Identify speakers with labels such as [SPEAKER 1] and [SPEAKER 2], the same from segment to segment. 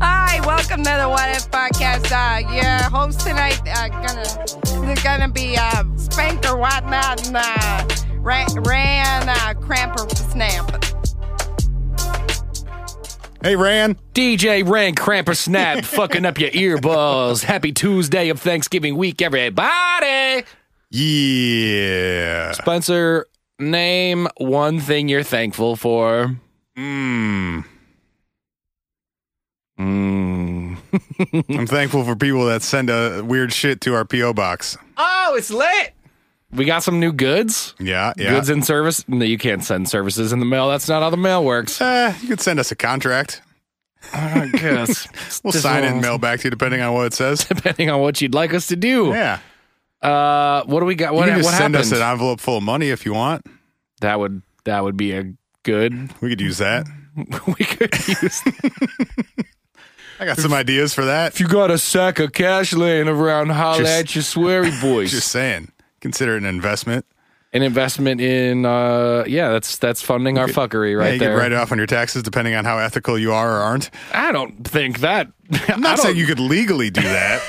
[SPEAKER 1] Hi, welcome to the What If podcast. Uh, your host tonight uh, gonna they're gonna be uh, Spank or whatnot and uh, Ran, Ran uh, Cramper Snap.
[SPEAKER 2] Hey, Ran.
[SPEAKER 3] DJ Ran Cramper Snap fucking up your earbuds. Happy Tuesday of Thanksgiving week, everybody.
[SPEAKER 2] Yeah.
[SPEAKER 3] Spencer, name one thing you're thankful for. Hmm.
[SPEAKER 2] Mm.
[SPEAKER 3] Mm.
[SPEAKER 2] Hmm. I'm thankful for people that send uh, weird shit to our P.O. box.
[SPEAKER 3] Oh, it's lit. We got some new goods.
[SPEAKER 2] Yeah, yeah.
[SPEAKER 3] Goods in service. No, you can't send services in the mail. That's not how the mail works.
[SPEAKER 2] Uh, you could send us a contract.
[SPEAKER 3] I guess.
[SPEAKER 2] We'll
[SPEAKER 3] This
[SPEAKER 2] sign it
[SPEAKER 3] will-
[SPEAKER 2] and mail back to you depending on what it says.
[SPEAKER 3] Depending on what you'd like us to do.
[SPEAKER 2] Yeah.
[SPEAKER 3] Uh, what do we got?
[SPEAKER 2] You
[SPEAKER 3] What,
[SPEAKER 2] can
[SPEAKER 3] what
[SPEAKER 2] just send us
[SPEAKER 3] happened?
[SPEAKER 2] an envelope full of money if you want.
[SPEAKER 3] that would that would be a good.
[SPEAKER 2] We could use that.
[SPEAKER 3] we could use
[SPEAKER 2] I got some ideas for that.
[SPEAKER 3] If you got a sack of cash laying around, holla
[SPEAKER 2] Just-
[SPEAKER 3] at your sweary boys.
[SPEAKER 2] Just saying. Consider it an investment.
[SPEAKER 3] An investment in, uh, yeah, that's that's funding our fuckery
[SPEAKER 2] Yeah,
[SPEAKER 3] right
[SPEAKER 2] you
[SPEAKER 3] there.
[SPEAKER 2] could write it off on your taxes depending on how ethical you are or aren't.
[SPEAKER 3] I don't think that.
[SPEAKER 2] I'm not saying you could legally do that,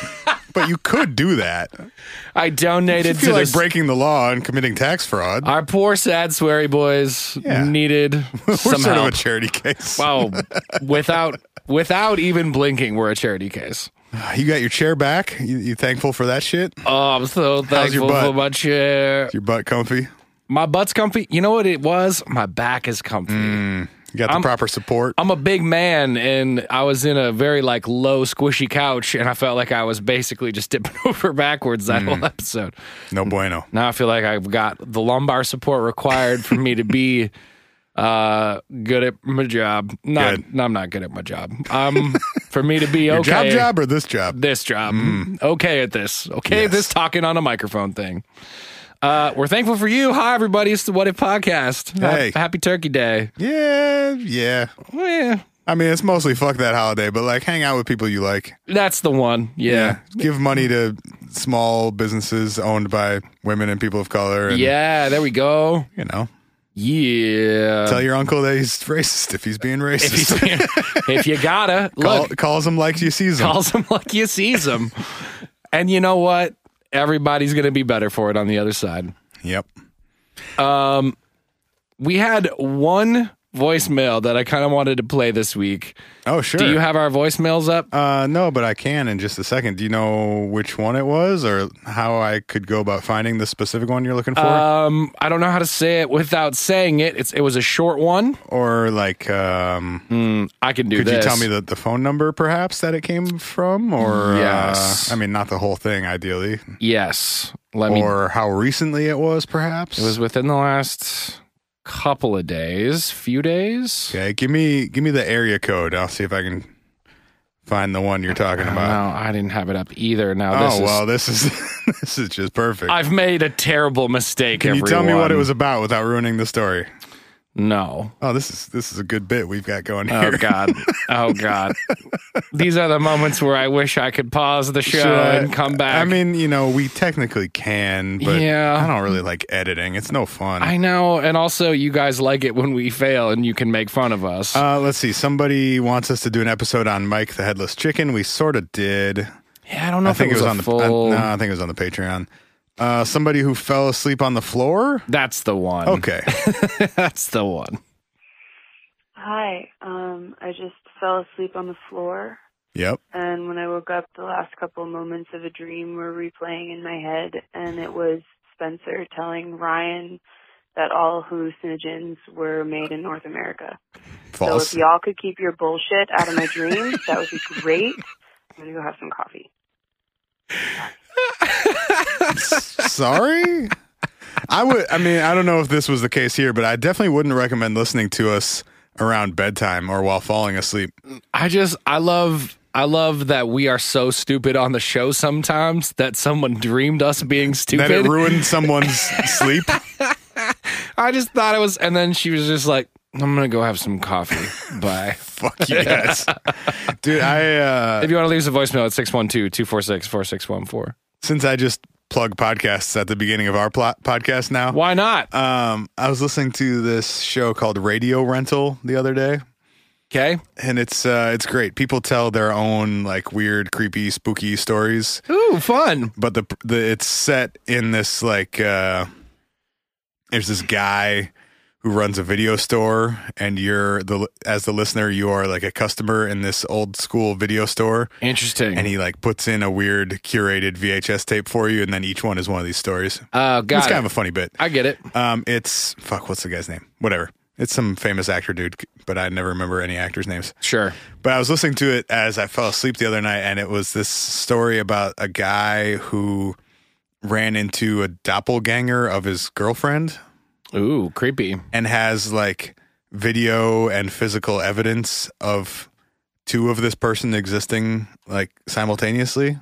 [SPEAKER 2] but you could do that.
[SPEAKER 3] I donated
[SPEAKER 2] I
[SPEAKER 3] to
[SPEAKER 2] feel like
[SPEAKER 3] this-
[SPEAKER 2] breaking the law and committing tax fraud.
[SPEAKER 3] our poor sad sweary boys
[SPEAKER 2] Yeah.
[SPEAKER 3] needed
[SPEAKER 2] We're
[SPEAKER 3] some
[SPEAKER 2] sort of a
[SPEAKER 3] help.
[SPEAKER 2] charity case.
[SPEAKER 3] wow, without without even blinking, we're a charity case.
[SPEAKER 2] Uh, You got your chair back. You, you thankful for that shit?
[SPEAKER 3] Oh, I'm so
[SPEAKER 2] your
[SPEAKER 3] thankful for
[SPEAKER 2] butt?
[SPEAKER 3] my chair.
[SPEAKER 2] Your butt comfy?
[SPEAKER 3] My butt's comfy. You know what it was? My back is comfy.
[SPEAKER 2] Mm. You got the
[SPEAKER 3] I'm-
[SPEAKER 2] proper support?
[SPEAKER 3] I'm a big man, and I was in a very like low, squishy couch, and I felt like I was basically just dipping over backwards that
[SPEAKER 2] Mm.
[SPEAKER 3] whole episode.
[SPEAKER 2] no bueno.
[SPEAKER 3] Now I feel like I've got the lumbar support required for me to be uh, good at my job. Not,
[SPEAKER 2] Good.
[SPEAKER 3] no, I'm not good at my job. Um, for me to be
[SPEAKER 2] Your job
[SPEAKER 3] okay,
[SPEAKER 2] job or this job?
[SPEAKER 3] this job, okay at this, okay at
[SPEAKER 2] Yes.
[SPEAKER 3] this talking on a microphone thing. Uh, we're thankful for you. Hi, everybody. It's the What If Podcast. Ha-
[SPEAKER 2] Hey.
[SPEAKER 3] Happy Turkey Day.
[SPEAKER 2] Yeah, yeah.
[SPEAKER 3] Well, yeah,
[SPEAKER 2] I mean, it's mostly fuck that holiday, but like hang out with people you like.
[SPEAKER 3] that's the one. yeah.
[SPEAKER 2] Give money to small businesses owned by women and people of color. And,
[SPEAKER 3] Yeah, there we go.
[SPEAKER 2] You know,
[SPEAKER 3] Yeah.
[SPEAKER 2] tell your uncle that he's racist if he's being
[SPEAKER 3] if, he's
[SPEAKER 2] racist.
[SPEAKER 3] being- if you gotta,
[SPEAKER 2] Call,
[SPEAKER 3] look,
[SPEAKER 2] calls him like you sees him.
[SPEAKER 3] calls him like you sees him. and you know what? Everybody's going to be better for it on the other side.
[SPEAKER 2] Yep.
[SPEAKER 3] We had one voicemail that I kind of wanted to play this week.
[SPEAKER 2] Oh, sure.
[SPEAKER 3] Do you have our voicemails up?
[SPEAKER 2] Uh, no, but I can in just a second. Do you know which one it was or how I could go about finding the specific one you're looking for?
[SPEAKER 3] Um, I don't know how to say it without saying it. It's it was a short one.
[SPEAKER 2] or like, um,
[SPEAKER 3] I can do
[SPEAKER 2] could
[SPEAKER 3] this.
[SPEAKER 2] you tell me the, the phone number perhaps that it came from? Or,
[SPEAKER 3] Yes.
[SPEAKER 2] uh, I mean, not the whole thing ideally.
[SPEAKER 3] Yes. Let me
[SPEAKER 2] or how recently it was perhaps?
[SPEAKER 3] It was within the last couple of days, few days.
[SPEAKER 2] okay. Give me, give me the area code. I'll see if I can find the one you're talking about.
[SPEAKER 3] No, I didn't have it up either. Now this
[SPEAKER 2] Oh,
[SPEAKER 3] is
[SPEAKER 2] well, this is, this is just perfect.
[SPEAKER 3] I've made a terrible mistake.
[SPEAKER 2] can you tell me
[SPEAKER 3] everyone.
[SPEAKER 2] what it was about without ruining the story?
[SPEAKER 3] No.
[SPEAKER 2] Oh, this is this is a good bit we've got going here.
[SPEAKER 3] Oh God. Oh God. These are the moments where I wish I could pause the show
[SPEAKER 2] Should I-
[SPEAKER 3] and come back.
[SPEAKER 2] I mean, you know, we technically can, but
[SPEAKER 3] Yeah.
[SPEAKER 2] I don't really like editing. It's no fun.
[SPEAKER 3] I know, and also you guys like it when we fail and you can make fun of us.
[SPEAKER 2] uh, let's see. Somebody wants us to do an episode on Mike the Headless Chicken. We sort of did.
[SPEAKER 3] yeah, I don't know
[SPEAKER 2] I
[SPEAKER 3] if it
[SPEAKER 2] think
[SPEAKER 3] was, a
[SPEAKER 2] on the
[SPEAKER 3] full.
[SPEAKER 2] I, no, I think it was on the Patreon. Uh, somebody who fell asleep on the floor.
[SPEAKER 3] That's the one.
[SPEAKER 2] Okay,
[SPEAKER 3] That's the one.
[SPEAKER 4] Hi. Um, I just fell asleep on the floor,
[SPEAKER 2] yep.
[SPEAKER 4] and when I woke up, the last couple of moments of a dream were replaying in my head, and it was Spencer telling Ryan that all hallucinogens were made in North America.
[SPEAKER 2] False.
[SPEAKER 4] So if y'all could keep your bullshit out of my dreams, that would be great. I'm gonna go have some coffee.
[SPEAKER 2] Sorry. I would. I mean, I don't know if this was the case here, but I definitely wouldn't recommend listening to us around bedtime or while falling asleep.
[SPEAKER 3] I just I love I love that we are so stupid on the show sometimes that someone dreamed us being
[SPEAKER 2] That it
[SPEAKER 3] stupid.
[SPEAKER 2] ruined someone's sleep.
[SPEAKER 3] I just thought it was and then she was just like, I'm gonna go have some coffee. Bye.
[SPEAKER 2] Fuck you guys. Dude, I uh
[SPEAKER 3] If you want to leave us a voicemail at 612 246 4614.
[SPEAKER 2] since I just plug podcasts at the beginning of our plot podcast now.
[SPEAKER 3] Why not?
[SPEAKER 2] Um, I was listening to this show called Radio Rental the other day,
[SPEAKER 3] Okay.
[SPEAKER 2] and it's uh, it's great. People tell their own like weird, creepy, spooky stories,
[SPEAKER 3] Ooh, fun.
[SPEAKER 2] but the the it's set in this like uh, there's this guy who runs a video store, and you're the as the listener, you are like a customer in this old school video store,
[SPEAKER 3] Interesting.
[SPEAKER 2] and he like puts in a weird curated VHS tape for you, and then each one is one of these stories.
[SPEAKER 3] uh, got
[SPEAKER 2] it's
[SPEAKER 3] it.
[SPEAKER 2] kind of a funny bit.
[SPEAKER 3] I get it.
[SPEAKER 2] Um, it's fuck. What's the guy's name? Whatever. It's some famous actor dude, but I never remember any actors' names.
[SPEAKER 3] Sure.
[SPEAKER 2] But I was listening to it as I fell asleep the other night, and it was this story about a guy who ran into a doppelganger of his girlfriend
[SPEAKER 3] Ooh, creepy.
[SPEAKER 2] and has like video and physical evidence of two of this person existing like simultaneously.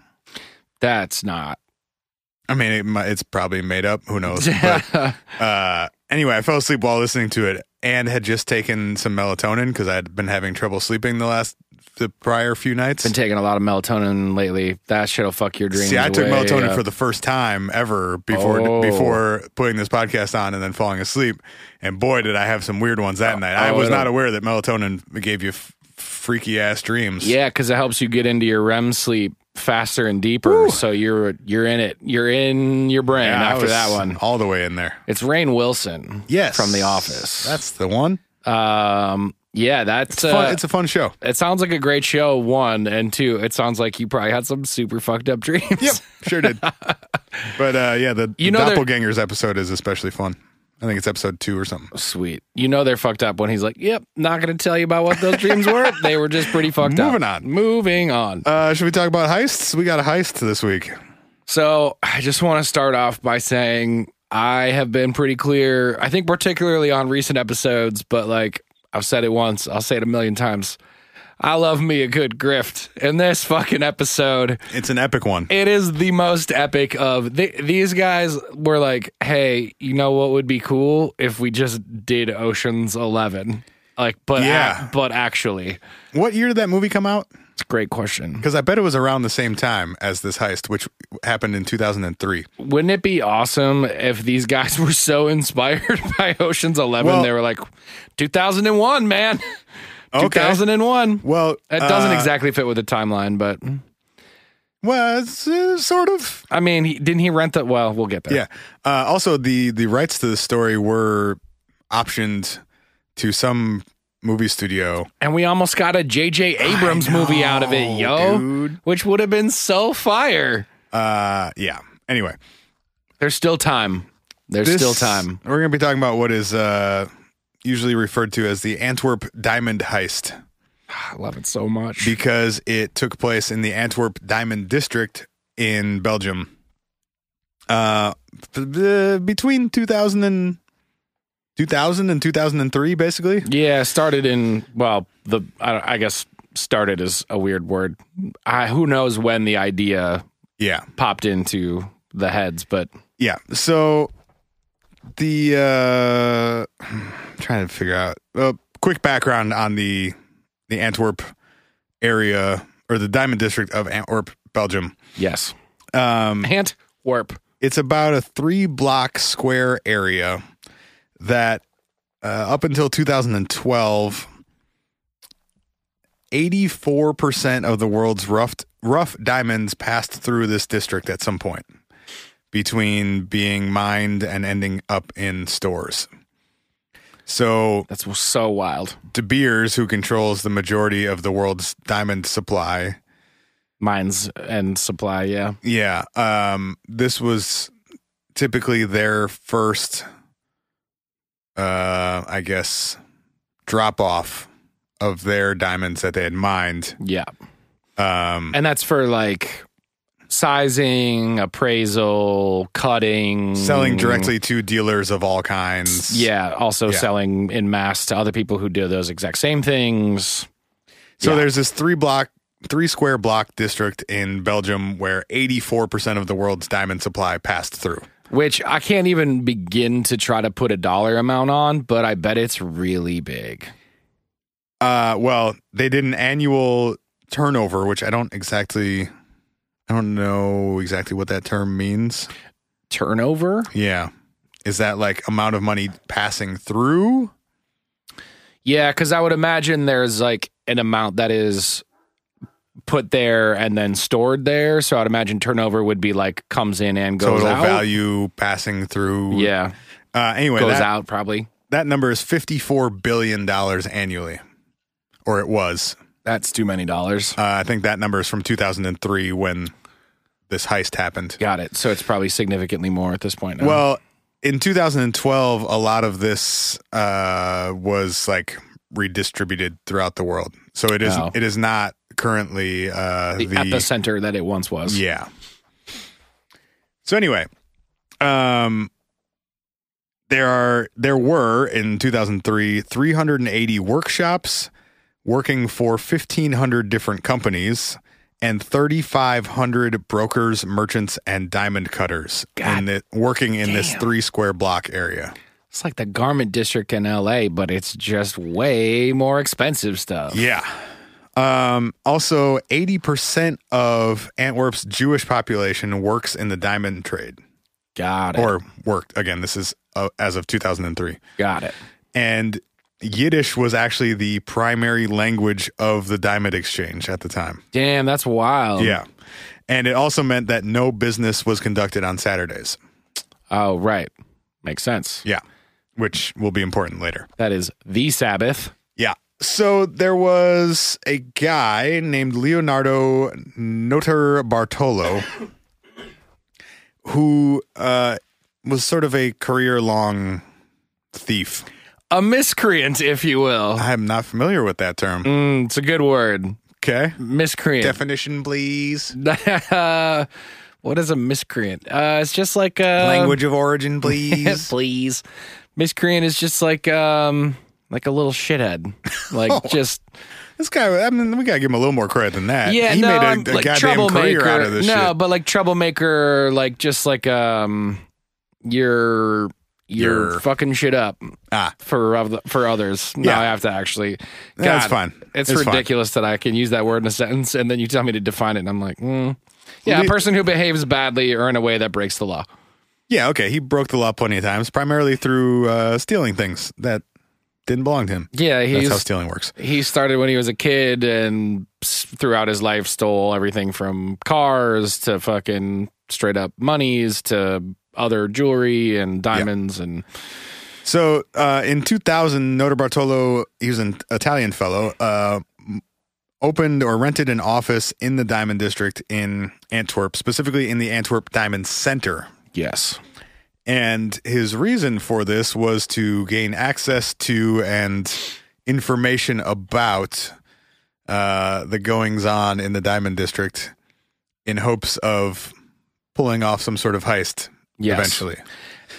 [SPEAKER 3] That's not.
[SPEAKER 2] I mean, it, might- it's probably made up. Who knows? But uh, anyway, I fell asleep while listening to it and had just taken some melatonin because I'd been having trouble sleeping the last the prior few nights.
[SPEAKER 3] Been taking a lot of melatonin lately. That shit'll fuck your dreams.
[SPEAKER 2] See, I took
[SPEAKER 3] way
[SPEAKER 2] melatonin
[SPEAKER 3] up.
[SPEAKER 2] for the first time ever before
[SPEAKER 3] Oh.
[SPEAKER 2] before putting this podcast on and then falling asleep. And boy, did I have some weird ones that night. I
[SPEAKER 3] oh,
[SPEAKER 2] was
[SPEAKER 3] it'll-
[SPEAKER 2] not aware that melatonin gave you f- freaky ass dreams.
[SPEAKER 3] Yeah, because it helps you get into your REM sleep faster and deeper. So you're you're in it. You're in your brain
[SPEAKER 2] Yeah, I
[SPEAKER 3] after
[SPEAKER 2] was
[SPEAKER 3] that one.
[SPEAKER 2] all the way in there.
[SPEAKER 3] It's Rain Wilson.
[SPEAKER 2] Yes,
[SPEAKER 3] from The Office.
[SPEAKER 2] That's the one.
[SPEAKER 3] Um. Yeah, that's
[SPEAKER 2] Fun-
[SPEAKER 3] uh,
[SPEAKER 2] it's a fun show.
[SPEAKER 3] it. Sounds like a great show. One and two. It sounds like you probably had some super fucked up dreams.
[SPEAKER 2] Yep, sure did. but uh, yeah, the, the
[SPEAKER 3] You know there-
[SPEAKER 2] doppelgangers episode is especially fun. I think it's episode two or something.
[SPEAKER 3] Sweet. You know they're fucked up when he's like, "Yep, not going to tell you about what those dreams were. They were just pretty fucked
[SPEAKER 2] Moving
[SPEAKER 3] up."
[SPEAKER 2] on.
[SPEAKER 3] Moving on. Moving on.
[SPEAKER 2] Uh, should we talk about heists? We got a heist this week.
[SPEAKER 3] So I just want to start off by saying I have been pretty clear, I think, particularly on recent episodes, but like I've said it once, I'll say it a million times. I love me a good grift. And this fucking episode,
[SPEAKER 2] It's an epic one.
[SPEAKER 3] it is the most epic of th- these guys were like, hey, you know what would be cool if we just did Ocean's 11? Like, but,
[SPEAKER 2] Yeah.
[SPEAKER 3] yeah. but actually,
[SPEAKER 2] What year did that movie come out?
[SPEAKER 3] it's a great question.
[SPEAKER 2] Because I bet it was around the same time as this heist, which happened in 2003.
[SPEAKER 3] Wouldn't it be awesome if these guys were so inspired by Ocean's Eleven?
[SPEAKER 2] Well-
[SPEAKER 3] they were like, 2001, man. 2001.
[SPEAKER 2] Well,
[SPEAKER 3] That doesn't
[SPEAKER 2] uh,
[SPEAKER 3] exactly fit with the timeline, but
[SPEAKER 2] Well, it's, uh, sort of.
[SPEAKER 3] I mean, he, didn't he rent that? Well, we'll get there.
[SPEAKER 2] Yeah. Uh, also, the the rights to the story were optioned to some movie studio.
[SPEAKER 3] And we almost got a J.J. Abrams movie out of it, yo,
[SPEAKER 2] dude.
[SPEAKER 3] which would have been so fire.
[SPEAKER 2] Uh, yeah. Anyway,
[SPEAKER 3] There's still time. There's
[SPEAKER 2] This-
[SPEAKER 3] still time.
[SPEAKER 2] We're going to be talking about what is uh, usually referred to as the Antwerp Diamond Heist
[SPEAKER 3] I love it so much.
[SPEAKER 2] because it took place in the Antwerp Diamond District in Belgium uh, b- b- between 2000 and, 2000 and 2003, basically.
[SPEAKER 3] yeah, started in well, the I, I guess started is a weird word. I, who knows when the idea
[SPEAKER 2] Yeah.
[SPEAKER 3] popped into the heads, but
[SPEAKER 2] Yeah. So the uh trying to figure out a quick background on the the Antwerp area or the Diamond District of Antwerp, Belgium.
[SPEAKER 3] yes,
[SPEAKER 2] Um
[SPEAKER 3] Hant Warp.
[SPEAKER 2] it's about a 3 block square area that uh, up until 2012 84% of the world's rough rough diamonds passed through this district at some point between being mined and ending up in stores. So
[SPEAKER 3] That's so wild.
[SPEAKER 2] De Beers, who controls the majority of the world's diamond supply,
[SPEAKER 3] Mines and supply, yeah.
[SPEAKER 2] Yeah. Um this was typically their first uh I guess drop off of their diamonds that they had mined.
[SPEAKER 3] Yeah.
[SPEAKER 2] Um
[SPEAKER 3] And that's for like sizing, appraisal, cutting,
[SPEAKER 2] selling directly to dealers of all kinds.
[SPEAKER 3] Mm. Yeah, also
[SPEAKER 2] Yeah.
[SPEAKER 3] selling in mass to other people who do those exact same things.
[SPEAKER 2] So
[SPEAKER 3] yeah.
[SPEAKER 2] there's this three block three square block district in Belgium where 84% of the world's diamond supply passed through.
[SPEAKER 3] Which I can't even begin to try to put a dollar amount on, but I bet it's really big.
[SPEAKER 2] Uh well, they did an annual turnover which I don't exactly I don't know exactly what that term means.
[SPEAKER 3] Turnover?
[SPEAKER 2] Yeah. Is that like amount of money passing through?
[SPEAKER 3] Yeah, because I would imagine there's like an amount that is put there and then stored there. So I'd imagine turnover would be like comes in and goes
[SPEAKER 2] Total
[SPEAKER 3] out.
[SPEAKER 2] value passing through.
[SPEAKER 3] Yeah,
[SPEAKER 2] Uh, anyway,
[SPEAKER 3] goes
[SPEAKER 2] that,
[SPEAKER 3] out probably.
[SPEAKER 2] that number is $54 billion annually, or it was.
[SPEAKER 3] That's too many dollars.
[SPEAKER 2] Uh, I think that number is from 2003 when this heist happened.
[SPEAKER 3] Got it. So it's probably significantly more at this point. Now.
[SPEAKER 2] Well, in 2012, a lot of this uh, was like redistributed throughout the world. So it is
[SPEAKER 3] Oh.
[SPEAKER 2] it is not currently uh,
[SPEAKER 3] the,
[SPEAKER 2] the,
[SPEAKER 3] epicenter that it once was.
[SPEAKER 2] yeah. So anyway, um, there are there were in 2003 380 workshops working for 1,500 different companies and 3,500 brokers, merchants, and diamond cutters
[SPEAKER 3] God
[SPEAKER 2] in the, working in this
[SPEAKER 3] damn.
[SPEAKER 2] three square block area.
[SPEAKER 3] It's like the garment district in LA, but it's just way more expensive stuff.
[SPEAKER 2] Yeah. Um, also, 80% of Antwerp's Jewish population works in the diamond trade
[SPEAKER 3] Got it.
[SPEAKER 2] or worked. Again, this is uh, as of 2003.
[SPEAKER 3] Got it.
[SPEAKER 2] And Yiddish was actually the primary language of the diamond exchange at the time.
[SPEAKER 3] Damn, that's wild.
[SPEAKER 2] Yeah. And it also meant that no business was conducted on Saturdays.
[SPEAKER 3] Oh, right. Makes sense.
[SPEAKER 2] Yeah. Which will be important later.
[SPEAKER 3] That is the Sabbath.
[SPEAKER 2] Yeah. So there was a guy named Leonardo Notar Bartolo who uh, was sort of a career long thief.
[SPEAKER 3] A miscreant, if you will.
[SPEAKER 2] I am not familiar with that term.
[SPEAKER 3] Mm, it's a good word.
[SPEAKER 2] Okay.
[SPEAKER 3] Miscreant.
[SPEAKER 2] Definition, please.
[SPEAKER 3] uh, what is a miscreant? Uh, it's just like a
[SPEAKER 2] Language of origin, please.
[SPEAKER 3] please. Miscreant is just like um, like a little shithead, like
[SPEAKER 2] Oh,
[SPEAKER 3] just
[SPEAKER 2] this guy, I mean, we gotta give him a little more credit than that.
[SPEAKER 3] yeah.
[SPEAKER 2] he
[SPEAKER 3] no,
[SPEAKER 2] made a,
[SPEAKER 3] I'm,
[SPEAKER 2] a
[SPEAKER 3] like
[SPEAKER 2] goddamn
[SPEAKER 3] troublemaker.
[SPEAKER 2] career out of this
[SPEAKER 3] no,
[SPEAKER 2] shit.
[SPEAKER 3] but like troublemaker, like just like um, you're you're
[SPEAKER 2] You're-
[SPEAKER 3] fucking shit up
[SPEAKER 2] Ah.
[SPEAKER 3] for oth- for others. No,
[SPEAKER 2] Yeah.
[SPEAKER 3] I have to actually.
[SPEAKER 2] That's
[SPEAKER 3] God,
[SPEAKER 2] fine.
[SPEAKER 3] It's,
[SPEAKER 2] It's fine.
[SPEAKER 3] ridiculous that I can use that word in a sentence, and then you tell me to define it, and I'm like, mm. yeah, a
[SPEAKER 2] Le-
[SPEAKER 3] person who behaves badly or in a way that breaks the law.
[SPEAKER 2] Yeah, okay. He broke the law plenty of times, primarily through uh, stealing things that didn't belong to him.
[SPEAKER 3] Yeah,
[SPEAKER 2] That's
[SPEAKER 3] he's
[SPEAKER 2] how stealing works.
[SPEAKER 3] he started when he was a kid and s- throughout his life stole everything from cars to fucking straight up monies to other jewelry and diamonds and
[SPEAKER 2] So uh, in 2000, Notre Bartolo, he was an Italian fellow, uh, m- opened or rented an office in the Diamond District in Antwerp, specifically in the Antwerp Diamond Center.
[SPEAKER 3] yes
[SPEAKER 2] And his reason for this was to gain access to and information about uh, the goings on in the Diamond District in hopes of pulling off some sort of heist
[SPEAKER 3] yes
[SPEAKER 2] eventually.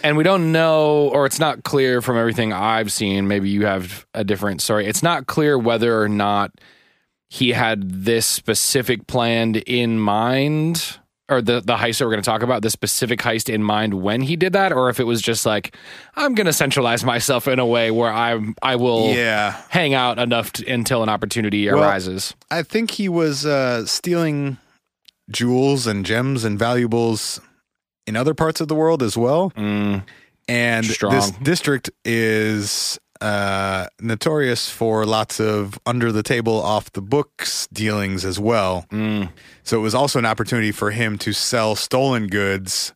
[SPEAKER 3] and we don't know or it's not clear from everything i've seen maybe you have a different story it's not clear whether or not he had this specific planned in mind or the, the heist that we're going to talk about the specific heist in mind when he did that or if it was just like i'm going to centralize myself in a way where i'm i will
[SPEAKER 2] Yeah.
[SPEAKER 3] hang out enough t until an opportunity
[SPEAKER 2] Well,
[SPEAKER 3] arises
[SPEAKER 2] I think he was uh, stealing jewels and gems and valuables in other parts of the world as well.
[SPEAKER 3] Mm,
[SPEAKER 2] And
[SPEAKER 3] Strong.
[SPEAKER 2] this district is uh, notorious for lots of under the table, off the books dealings as well.
[SPEAKER 3] mm.
[SPEAKER 2] So it was also an opportunity for him to sell stolen goods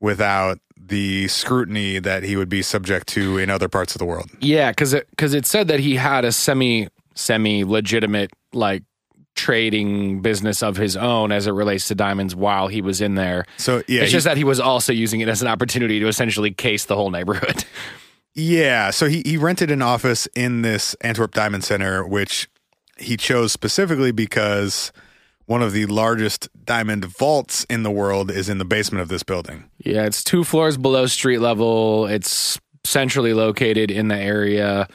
[SPEAKER 2] without the scrutiny that he would be subject to in other parts of the world.
[SPEAKER 3] yeah because it, 'cause it said that he had a semi semi legitimate like trading business of his own as it relates to diamonds while he was in there
[SPEAKER 2] So yeah,
[SPEAKER 3] it's
[SPEAKER 2] he-
[SPEAKER 3] just that he was also using it as an opportunity to essentially case the whole neighborhood
[SPEAKER 2] Yeah, so he, he rented an office in this Antwerp Diamond Center, which he chose specifically because one of the largest diamond vaults in the world is in the basement of this building.
[SPEAKER 3] Yeah, it's two floors below street level. It's centrally located in the area.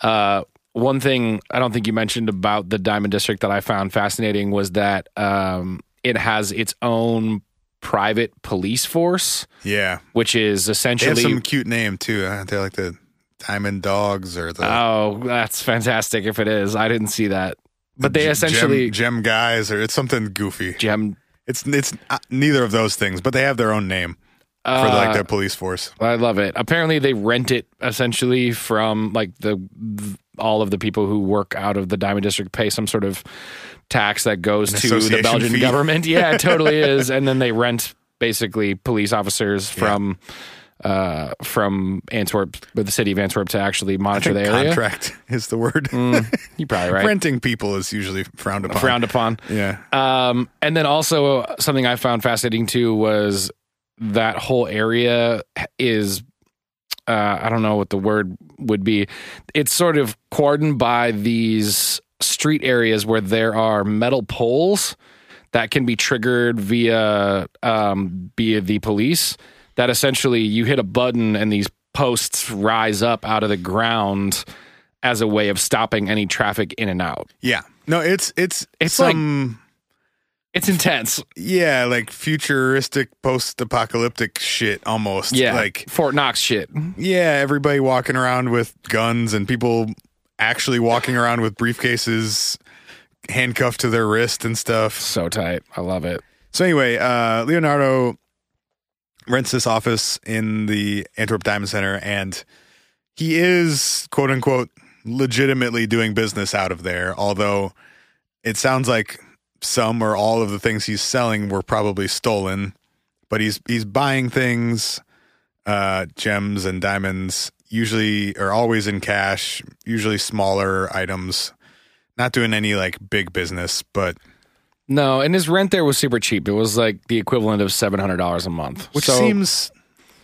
[SPEAKER 3] Uh, one thing I don't think you mentioned about the Diamond District that I found fascinating was that um, it has its own private police force,
[SPEAKER 2] Yeah,
[SPEAKER 3] which is
[SPEAKER 2] they have
[SPEAKER 3] essentially.
[SPEAKER 2] some cute name too. huh? They're like the Diamond Dogs or the
[SPEAKER 3] oh, that's fantastic! If it is, I didn't see that, but they
[SPEAKER 2] G-
[SPEAKER 3] essentially
[SPEAKER 2] gem, gem guys or it's something goofy.
[SPEAKER 3] gem.
[SPEAKER 2] It's it's uh, neither of those things, but they have their own name for like
[SPEAKER 3] Uh,
[SPEAKER 2] their police force.
[SPEAKER 3] I love it. Apparently, they rent it essentially from like the th- all of the people who work out of the Diamond District pay some sort of tax that goes
[SPEAKER 2] An
[SPEAKER 3] to the
[SPEAKER 2] association
[SPEAKER 3] Belgian
[SPEAKER 2] fee.
[SPEAKER 3] government. Yeah, it totally is. And then they rent basically police officers from uh, from Antwerp, but the city of Antwerp, to actually
[SPEAKER 2] I
[SPEAKER 3] monitor
[SPEAKER 2] think
[SPEAKER 3] the area.
[SPEAKER 2] contract is the word.
[SPEAKER 3] You're probably right.
[SPEAKER 2] Renting people is usually frowned upon.
[SPEAKER 3] Frowned upon.
[SPEAKER 2] Yeah.
[SPEAKER 3] Um, and then also something I found fascinating too was that whole area is uh, I don't know what the word would be. It's sort of cordoned by these street areas where there are metal poles that can be triggered via um, via the police. That essentially you hit a button and these posts rise up out of the ground as a way of stopping any traffic in and out.
[SPEAKER 2] Yeah. No, it's it's
[SPEAKER 3] It's like-
[SPEAKER 2] some
[SPEAKER 3] It's intense.
[SPEAKER 2] yeah, like futuristic post-apocalyptic shit almost.
[SPEAKER 3] Yeah.
[SPEAKER 2] Like
[SPEAKER 3] Fort Knox shit.
[SPEAKER 2] yeah, everybody walking around with guns and people actually walking around with briefcases handcuffed to their wrist and stuff.
[SPEAKER 3] So tight. I love it.
[SPEAKER 2] So anyway, uh, Leonardo rents this office in the Antwerp Diamond Center, and he is quote unquote legitimately doing business out of there. Although it sounds like some or all of the things he's selling were probably stolen, but he's he's buying things, uh, gems and diamonds, usually or always in cash, usually smaller items. Not doing any like big business, but
[SPEAKER 3] No, and his rent there was super cheap. It was like the equivalent of seven hundred dollars a month.
[SPEAKER 2] which
[SPEAKER 3] so,
[SPEAKER 2] seems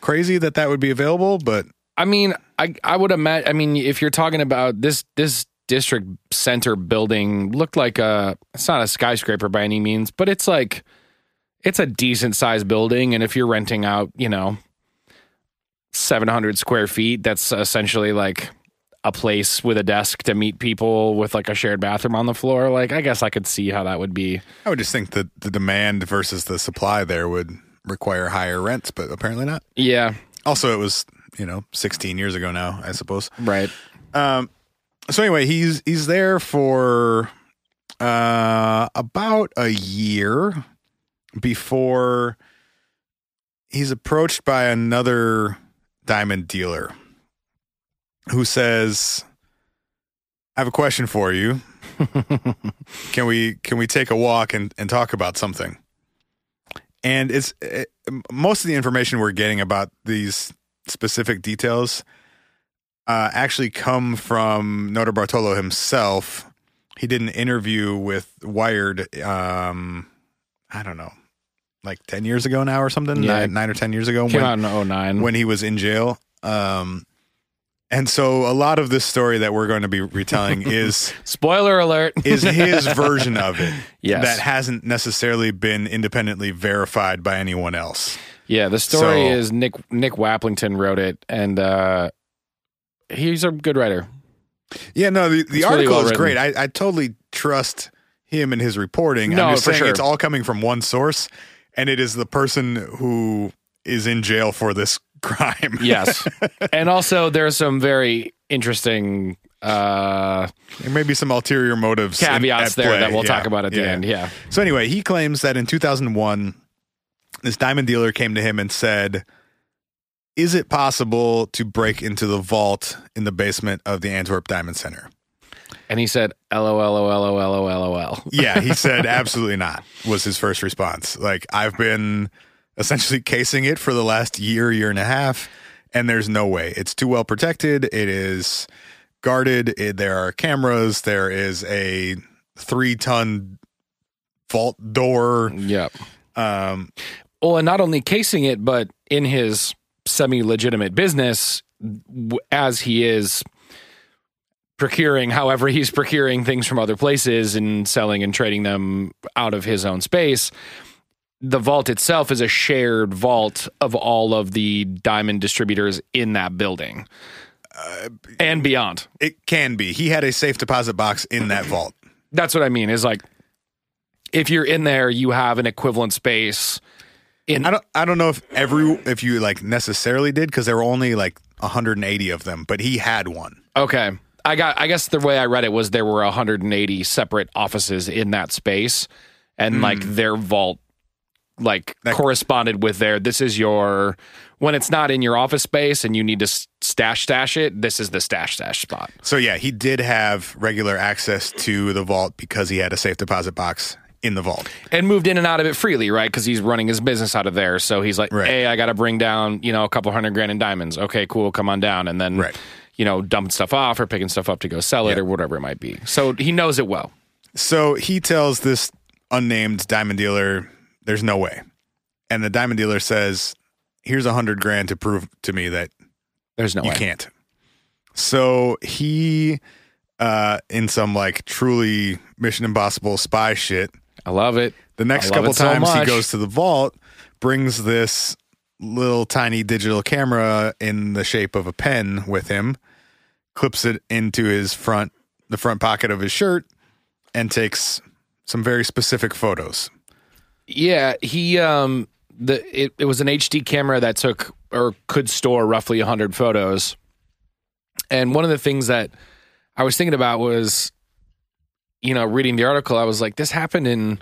[SPEAKER 2] crazy that that would be available but
[SPEAKER 3] I mean, I I would imagine. I mean, if you're talking about this this district center building, looked like a it's not a skyscraper by any means, but it's like it's a decent sized building, and if you're renting out, you know, seven hundred square feet, that's essentially like a place with a desk to meet people with like a shared bathroom on the floor. Like, I guess I could see how that would be.
[SPEAKER 2] i would just think that the demand versus the supply there would require higher rents but apparently not
[SPEAKER 3] Yeah,
[SPEAKER 2] also it was you know 16 years ago now i suppose
[SPEAKER 3] right.
[SPEAKER 2] um so anyway he's he's there for uh about a year before he's approached by another diamond dealer who says i have a question for you can we can we take a walk and, and talk about something and it's it, most of the information we're getting about these specific details uh, actually come from Noda Bartolo himself. He did an interview with Wired, um, I don't know, like 10 years ago now or something,
[SPEAKER 3] Yeah.
[SPEAKER 2] nine, nine or 10 years ago
[SPEAKER 3] Came out in 09.
[SPEAKER 2] when he was in jail. Um, and so a lot of this story that we're going to be retelling is
[SPEAKER 3] Spoiler alert.
[SPEAKER 2] is his version of it
[SPEAKER 3] Yes.
[SPEAKER 2] that hasn't necessarily been independently verified by anyone else.
[SPEAKER 3] yeah, the story
[SPEAKER 2] So-
[SPEAKER 3] is Nick Nick Waplington wrote it and uh he's a good writer.
[SPEAKER 2] Yeah, no, the, the
[SPEAKER 3] It's really
[SPEAKER 2] article
[SPEAKER 3] well
[SPEAKER 2] is
[SPEAKER 3] written.
[SPEAKER 2] great. I, I totally trust him and his reporting.
[SPEAKER 3] No,
[SPEAKER 2] I'm just
[SPEAKER 3] for
[SPEAKER 2] saying
[SPEAKER 3] sure.
[SPEAKER 2] it's all coming from one source, and it is the person who is in jail for this crime.
[SPEAKER 3] Yes. and also there's some very interesting uh
[SPEAKER 2] there may be some ulterior motives. in-
[SPEAKER 3] caveats
[SPEAKER 2] at
[SPEAKER 3] there
[SPEAKER 2] play.
[SPEAKER 3] that we'll
[SPEAKER 2] Yeah,
[SPEAKER 3] talk about at the
[SPEAKER 2] yeah.
[SPEAKER 3] end. Yeah.
[SPEAKER 2] So anyway, he claims that in 2001, this diamond dealer came to him and said, "Is it possible to break into the vault in the basement of the Antwerp Diamond Center?"
[SPEAKER 3] And he said LOL LOL LOL LOL.
[SPEAKER 2] Yeah, he said, "Absolutely not." Was his first response. Like I've been essentially casing it for the last year, year and a half, and there's no way. It's too well protected. It is guarded. It, there are cameras. There is a three-ton vault door.
[SPEAKER 3] Yep.
[SPEAKER 2] Um,
[SPEAKER 3] Well, and not only casing it, but in his semi legitimate business, w- as he is procuring, however, he's procuring things from other places and selling and trading them out of his own space. The vault itself is a shared vault of all of the diamond distributors in that building and beyond.
[SPEAKER 2] It can be. He had a safe deposit box in that vault.
[SPEAKER 3] That's what I mean is like if you're in there, you have an equivalent space.
[SPEAKER 2] I don't. I don't know if every if you like necessarily did because there were only like 180 of them, but he had one.
[SPEAKER 3] Okay. I got I guess the way I read it was there were 180 separate offices in that space and like their vault like
[SPEAKER 2] Hmm. That-
[SPEAKER 3] corresponded with their this is your when it's not in your office space and you need to s- stash stash it this is the stash stash spot
[SPEAKER 2] So yeah, he did have regular access to the vault because he had a safe deposit box in the vault.
[SPEAKER 3] and moved in and out of it freely right because he's running his business out of there so he's like
[SPEAKER 2] Right.
[SPEAKER 3] hey i gotta bring down you know a couple hundred grand in diamonds okay cool come on down and then
[SPEAKER 2] Right.
[SPEAKER 3] you know dumping stuff off or picking stuff up to go sell it
[SPEAKER 2] Yeah.
[SPEAKER 3] or whatever it might be so he knows it well
[SPEAKER 2] So he tells this unnamed diamond dealer, "There's no way," and the diamond dealer says, "Here's a hundred grand to prove to me that
[SPEAKER 3] there's no
[SPEAKER 2] you
[SPEAKER 3] way
[SPEAKER 2] can't." So he, uh, in some like truly Mission Impossible spy shit,
[SPEAKER 3] i love it
[SPEAKER 2] The next
[SPEAKER 3] I love
[SPEAKER 2] couple
[SPEAKER 3] it so
[SPEAKER 2] times he
[SPEAKER 3] much.
[SPEAKER 2] goes to the vault, brings this little tiny digital camera in the shape of a pen with him, clips it into his front the front pocket of his shirt, and takes some very specific photos.
[SPEAKER 3] Yeah, he um the it, it was an HD camera that took or could store roughly 100 photos. And one of the things that I was thinking about was you know, reading the article, I was like this happened in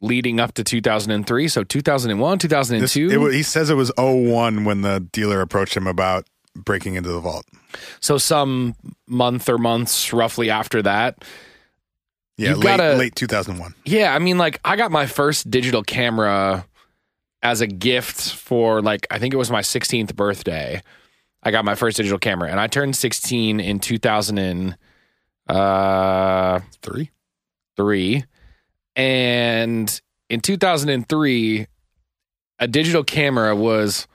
[SPEAKER 3] leading up to 2003, so 2001,
[SPEAKER 2] This,
[SPEAKER 3] 2002.
[SPEAKER 2] it, wa- he says it was 01 when the dealer approached him about breaking into the vault.
[SPEAKER 3] so some month or months roughly after that.
[SPEAKER 2] Yeah,
[SPEAKER 3] You've
[SPEAKER 2] late,
[SPEAKER 3] gotta-
[SPEAKER 2] late 2001.
[SPEAKER 3] Yeah, I mean, like I got my first digital camera as a gift for like I think it was my 16th birthday. I got my first digital camera, and I turned 16 in 2003, uh,
[SPEAKER 2] Three?
[SPEAKER 3] and in 2003, a digital camera was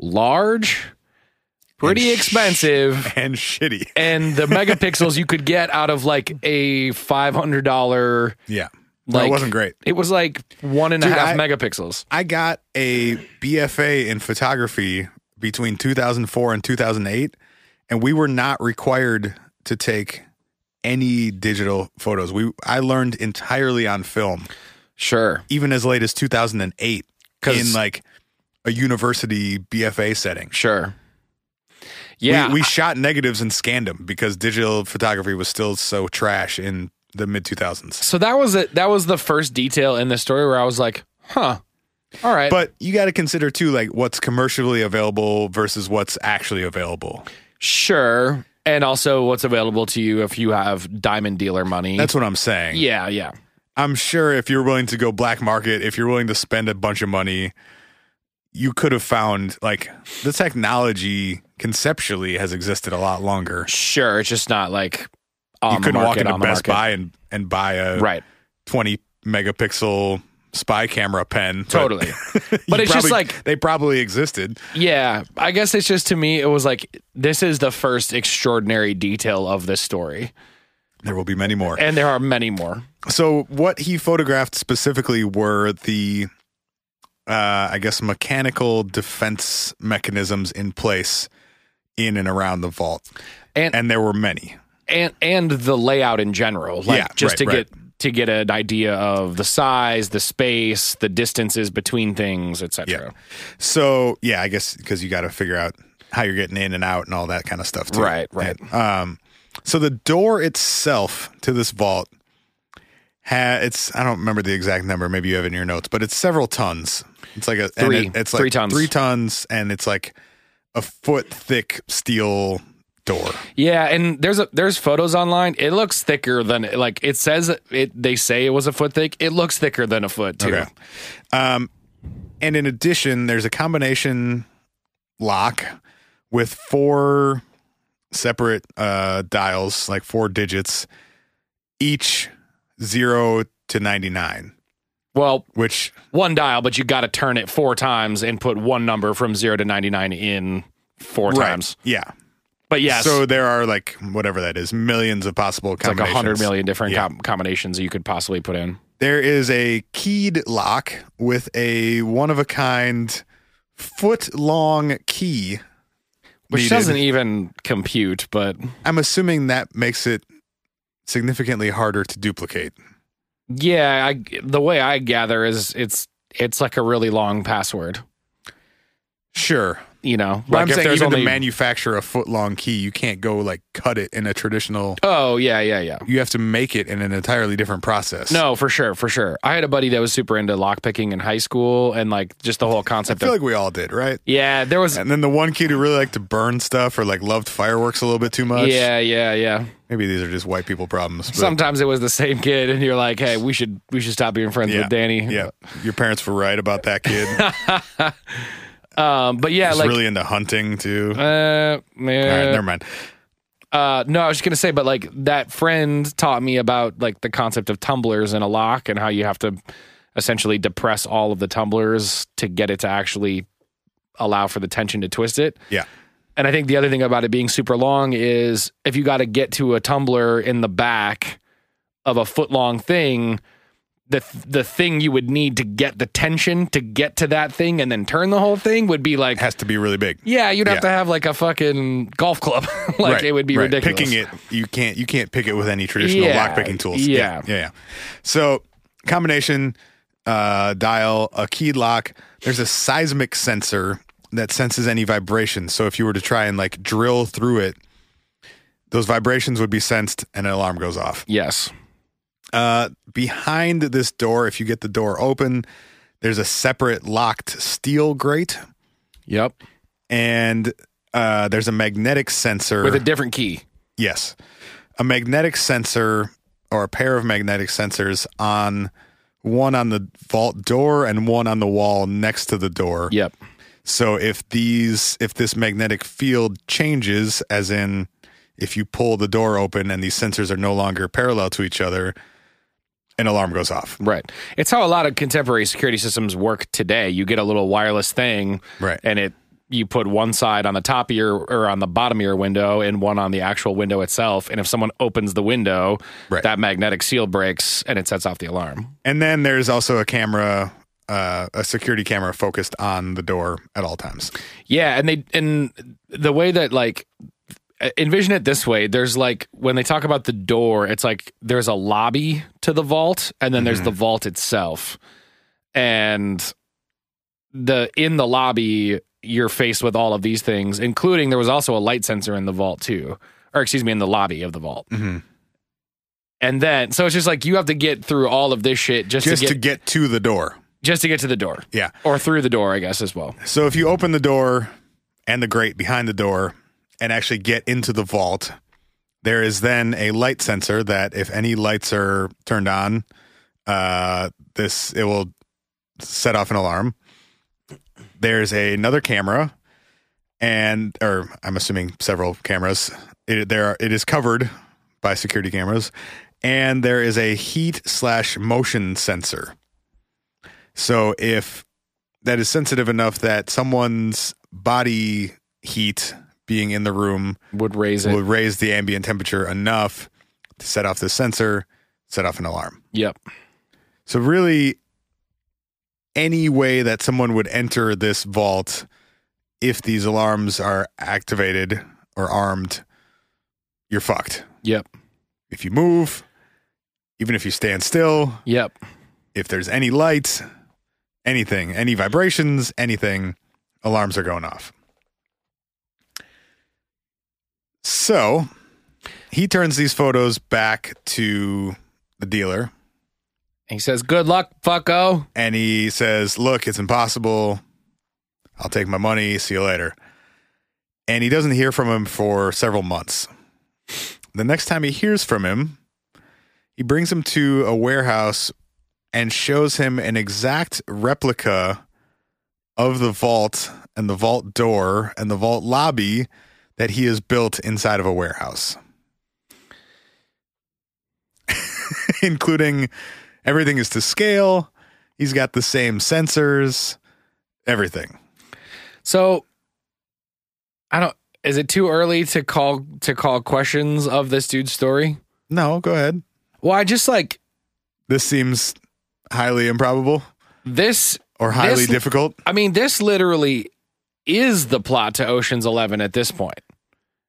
[SPEAKER 3] large, pretty
[SPEAKER 2] And sh-
[SPEAKER 3] expensive
[SPEAKER 2] And shitty.
[SPEAKER 3] and the megapixels you could get out of like a five hundred dollar
[SPEAKER 2] Yeah. No,
[SPEAKER 3] like
[SPEAKER 2] it wasn't great.
[SPEAKER 3] It was like one and a
[SPEAKER 2] Dude, I-
[SPEAKER 3] half megapixels.
[SPEAKER 2] I got a BFA in photography between 2004 and 2008, and we were not required to take any digital photos. We I learned entirely on film,
[SPEAKER 3] Sure,
[SPEAKER 2] even as late as 2008,
[SPEAKER 3] 'Cause-
[SPEAKER 2] in like a university BFA setting.
[SPEAKER 3] sure. Yeah,
[SPEAKER 2] we, we shot negatives and scanned them because digital photography was still so trash in the mid 2000s.
[SPEAKER 3] so that was it. That was the first detail in the story where I was like, "Huh, all right,
[SPEAKER 2] But you got to consider too, like what's commercially available versus what's actually available.
[SPEAKER 3] sure." And also, what's available to you if you have diamond dealer money?
[SPEAKER 2] That's what I'm saying.
[SPEAKER 3] yeah, yeah.
[SPEAKER 2] I'm sure if you're willing to go black market, if you're willing to spend a bunch of money, you could have found like the technology conceptually has existed a lot longer.
[SPEAKER 3] Sure, it's just not like on
[SPEAKER 2] you
[SPEAKER 3] the
[SPEAKER 2] couldn't
[SPEAKER 3] market,
[SPEAKER 2] walk into
[SPEAKER 3] on the
[SPEAKER 2] Best
[SPEAKER 3] market.
[SPEAKER 2] Buy and, and buy uh, a
[SPEAKER 3] right?
[SPEAKER 2] 20 megapixel spy camera pen. but-
[SPEAKER 3] Totally.
[SPEAKER 2] you
[SPEAKER 3] But it's just
[SPEAKER 2] probably-
[SPEAKER 3] like-
[SPEAKER 2] they probably existed.
[SPEAKER 3] Yeah, I guess it's just to me, it was like this is the first extraordinary detail of this story,
[SPEAKER 2] There will be many more.
[SPEAKER 3] and there are many more.
[SPEAKER 2] So what he photographed specifically were the uh I guess mechanical defense mechanisms in place in and around the vault.
[SPEAKER 3] And-
[SPEAKER 2] and there were many.
[SPEAKER 3] and and the layout in general like
[SPEAKER 2] Yeah,
[SPEAKER 3] just
[SPEAKER 2] right,
[SPEAKER 3] to
[SPEAKER 2] right.
[SPEAKER 3] get to get an idea of the size the space the distances between things etc
[SPEAKER 2] So yeah, I guess because you got to figure out how you're getting in and out and all that kind of stuff. Too.
[SPEAKER 3] Right, right.
[SPEAKER 2] And, um, so the door itself to this vault, ha- it's I don't remember the exact number. Maybe you have it in your notes, but it's several tons. It's like a and
[SPEAKER 3] Three.
[SPEAKER 2] it- it's like
[SPEAKER 3] Three tons.
[SPEAKER 2] Three tons, and it's like a foot thick steel door.
[SPEAKER 3] yeah and there's a there's photos online it looks thicker than like it says it they say it was a foot thick it looks thicker than a foot too
[SPEAKER 2] Okay. Um, and in addition, there's a combination lock with four separate uh, dials, like four digits, each zero to 99,
[SPEAKER 3] well
[SPEAKER 2] which
[SPEAKER 3] one dial but you got to turn it four times and put one number from 0 to 99 in four times
[SPEAKER 2] Yeah.
[SPEAKER 3] but yes
[SPEAKER 2] So there are like whatever that is, millions of possible
[SPEAKER 3] it's like a
[SPEAKER 2] combinations.
[SPEAKER 3] hundred million different
[SPEAKER 2] Yeah.
[SPEAKER 3] com- combinations you could possibly put in
[SPEAKER 2] There is a keyed lock with a one of a kind foot long key.
[SPEAKER 3] which
[SPEAKER 2] needed.
[SPEAKER 3] doesn't even compute but
[SPEAKER 2] I'm assuming that makes it significantly harder to duplicate.
[SPEAKER 3] Yeah, I, the way I gather is it's it's like a really long password.
[SPEAKER 2] Sure.
[SPEAKER 3] you know,
[SPEAKER 2] Like
[SPEAKER 3] like
[SPEAKER 2] if
[SPEAKER 3] if
[SPEAKER 2] they're
[SPEAKER 3] there's
[SPEAKER 2] even
[SPEAKER 3] only
[SPEAKER 2] to manufacture a foot long key, you can't go like cut it in a traditional.
[SPEAKER 3] oh yeah, yeah, yeah.
[SPEAKER 2] You have to make it in an entirely different process.
[SPEAKER 3] No, for sure, for sure. I had a buddy that was super into lockpicking in high school and like just the whole
[SPEAKER 2] I
[SPEAKER 3] concept of
[SPEAKER 2] feel like we all did, right?
[SPEAKER 3] yeah, there was
[SPEAKER 2] And then the one kid who really liked to burn stuff or like loved fireworks a little bit too much.
[SPEAKER 3] yeah, yeah, yeah.
[SPEAKER 2] Maybe these are just white people problems. But
[SPEAKER 3] Sometimes it was the same kid, and you're like, hey, we should we should stop being friends
[SPEAKER 2] yeah,
[SPEAKER 3] with Danny.
[SPEAKER 2] Yeah. Your parents were right about that kid.
[SPEAKER 3] Um, but yeah,
[SPEAKER 2] He's
[SPEAKER 3] like
[SPEAKER 2] really into hunting too.
[SPEAKER 3] uh,
[SPEAKER 2] all
[SPEAKER 3] yeah.
[SPEAKER 2] right, never mind.
[SPEAKER 3] Uh, no, I was just gonna say, but like that friend taught me about like the concept of tumblers in a lock and how you have to essentially depress all of the tumblers to get it to actually allow for the tension to twist it.
[SPEAKER 2] Yeah.
[SPEAKER 3] And I think the other thing about it being super long is if you got to get to a tumbler in the back of a foot long thing, the the thing you would need to get the tension to get to that thing and then turn the whole thing would be like
[SPEAKER 2] It has to be really big.
[SPEAKER 3] yeah, you'd have
[SPEAKER 2] Yeah.
[SPEAKER 3] to have like a fucking golf club. like
[SPEAKER 2] Right,
[SPEAKER 3] it would be
[SPEAKER 2] right.
[SPEAKER 3] ridiculous.
[SPEAKER 2] Picking it, you can't you can't pick it with any traditional
[SPEAKER 3] Yeah,
[SPEAKER 2] lock picking tools.
[SPEAKER 3] yeah.
[SPEAKER 2] yeah, yeah. So combination uh, dial, a keyed lock. There's a seismic sensor that senses any vibrations. So if you were to try and like drill through it, those vibrations would be sensed, and an alarm goes off.
[SPEAKER 3] Yes.
[SPEAKER 2] Uh, behind this door, if you get the door open, there's a separate locked steel grate,
[SPEAKER 3] Yep.
[SPEAKER 2] and uh, there's a magnetic sensor
[SPEAKER 3] With a different key.
[SPEAKER 2] Yes. A magnetic sensor or a pair of magnetic sensors on one on the vault door and one on the wall next to the door.
[SPEAKER 3] Yep.
[SPEAKER 2] So if these if this magnetic field changes as in if you pull the door open and these sensors are no longer parallel to each other, an alarm goes off.
[SPEAKER 3] Right. It's how a lot of contemporary security systems work today. You get a little wireless thing
[SPEAKER 2] Right.
[SPEAKER 3] and it you put one side on the top of your or on the bottom of your window and one on the actual window itself. And if someone opens the window,
[SPEAKER 2] Right.
[SPEAKER 3] that magnetic seal breaks and it sets off the alarm.
[SPEAKER 2] And then there's also a camera uh, a security camera focused on the door at all times.
[SPEAKER 3] Yeah, and they and the way that like envision it this way, there's like when they talk about the door, it's like there's a lobby to the vault and then there's the
[SPEAKER 2] Mm-hmm.
[SPEAKER 3] vault itself. And the in the lobby you're faced with all of these things, including there was also a light sensor in the vault too. Or excuse me, in the lobby of the vault.
[SPEAKER 2] Mm-hmm.
[SPEAKER 3] And then so it's just like you have to get through all of this shit just,
[SPEAKER 2] Just
[SPEAKER 3] to get
[SPEAKER 2] to get to the door.
[SPEAKER 3] just to get to the door.
[SPEAKER 2] Yeah.
[SPEAKER 3] Or through the door, I guess as well.
[SPEAKER 2] So if you open the door and the grate behind the door and actually get into the vault, there is then a light sensor that if any lights are turned on, uh, this it will set off an alarm. There's a- another camera, and or I'm assuming several cameras. It, there are, it is covered by security cameras, and there is a heat slash motion sensor. So if that is sensitive enough that someone's body heat being in the room
[SPEAKER 3] Would raise it.
[SPEAKER 2] will raise the ambient temperature enough to set off the sensor, set off an alarm.
[SPEAKER 3] Yep.
[SPEAKER 2] So really any way that someone would enter this vault if these alarms are activated or armed, you're fucked.
[SPEAKER 3] Yep.
[SPEAKER 2] If you move, even if you stand still,
[SPEAKER 3] Yep.
[SPEAKER 2] if there's any light, anything, any vibrations, anything, alarms are going off. So he turns these photos back to the dealer
[SPEAKER 3] And he says, Good luck, fucko.
[SPEAKER 2] and he says, Look, it's impossible. I'll take my money. See you later. And he doesn't hear from him for several months. The next time he hears from him, he brings him to a warehouse and shows him an exact replica of the vault and the vault door and the vault lobby that he has built inside of a warehouse, including everything is to scale. He's got the same sensors, everything.
[SPEAKER 3] So I don't is it too early to call to call questions of this dude's story?
[SPEAKER 2] No, go ahead.
[SPEAKER 3] Well, I just like
[SPEAKER 2] This seems highly improbable
[SPEAKER 3] this
[SPEAKER 2] or highly
[SPEAKER 3] This-
[SPEAKER 2] difficult.
[SPEAKER 3] I mean, this literally is the plot to Ocean's 11 at this point.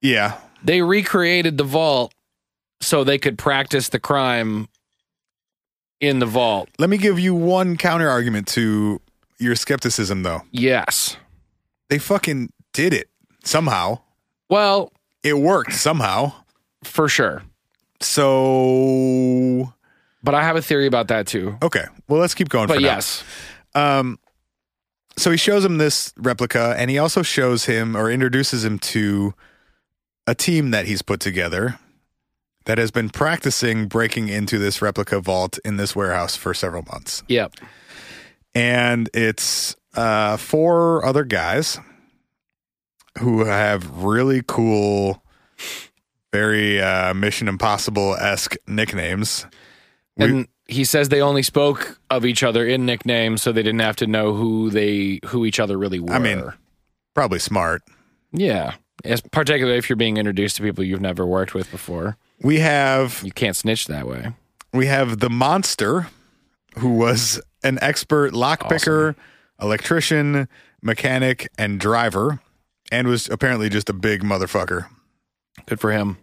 [SPEAKER 2] Yeah.
[SPEAKER 3] They recreated the vault so they could practice the crime in the vault.
[SPEAKER 2] Let me give you one counter argument to your skepticism, though.
[SPEAKER 3] Yes.
[SPEAKER 2] They fucking did it somehow.
[SPEAKER 3] Well,
[SPEAKER 2] It worked somehow.
[SPEAKER 3] for sure.
[SPEAKER 2] So
[SPEAKER 3] But I have a theory about that too.
[SPEAKER 2] okay, well let's keep going.
[SPEAKER 3] But
[SPEAKER 2] Oh, for now.
[SPEAKER 3] yes,
[SPEAKER 2] Um, so he shows him this replica, and he also shows him or introduces him to a team that he's put together that has been practicing breaking into this replica vault in this warehouse for several months.
[SPEAKER 3] yep.
[SPEAKER 2] and it's uh, four other guys who have really cool, very uh, Mission Impossible esque nicknames. We-
[SPEAKER 3] and he says they only spoke of each other in nicknames, so they didn't have to know who they who each other really were.
[SPEAKER 2] I mean- Probably smart.
[SPEAKER 3] yeah, As- particularly if you're being introduced to people you've never worked with before,
[SPEAKER 2] We have
[SPEAKER 3] you can't snitch that way.
[SPEAKER 2] we have the monster, who was an expert lockpicker, electrician, mechanic, and driver, and was apparently just a big motherfucker.
[SPEAKER 3] Good for him.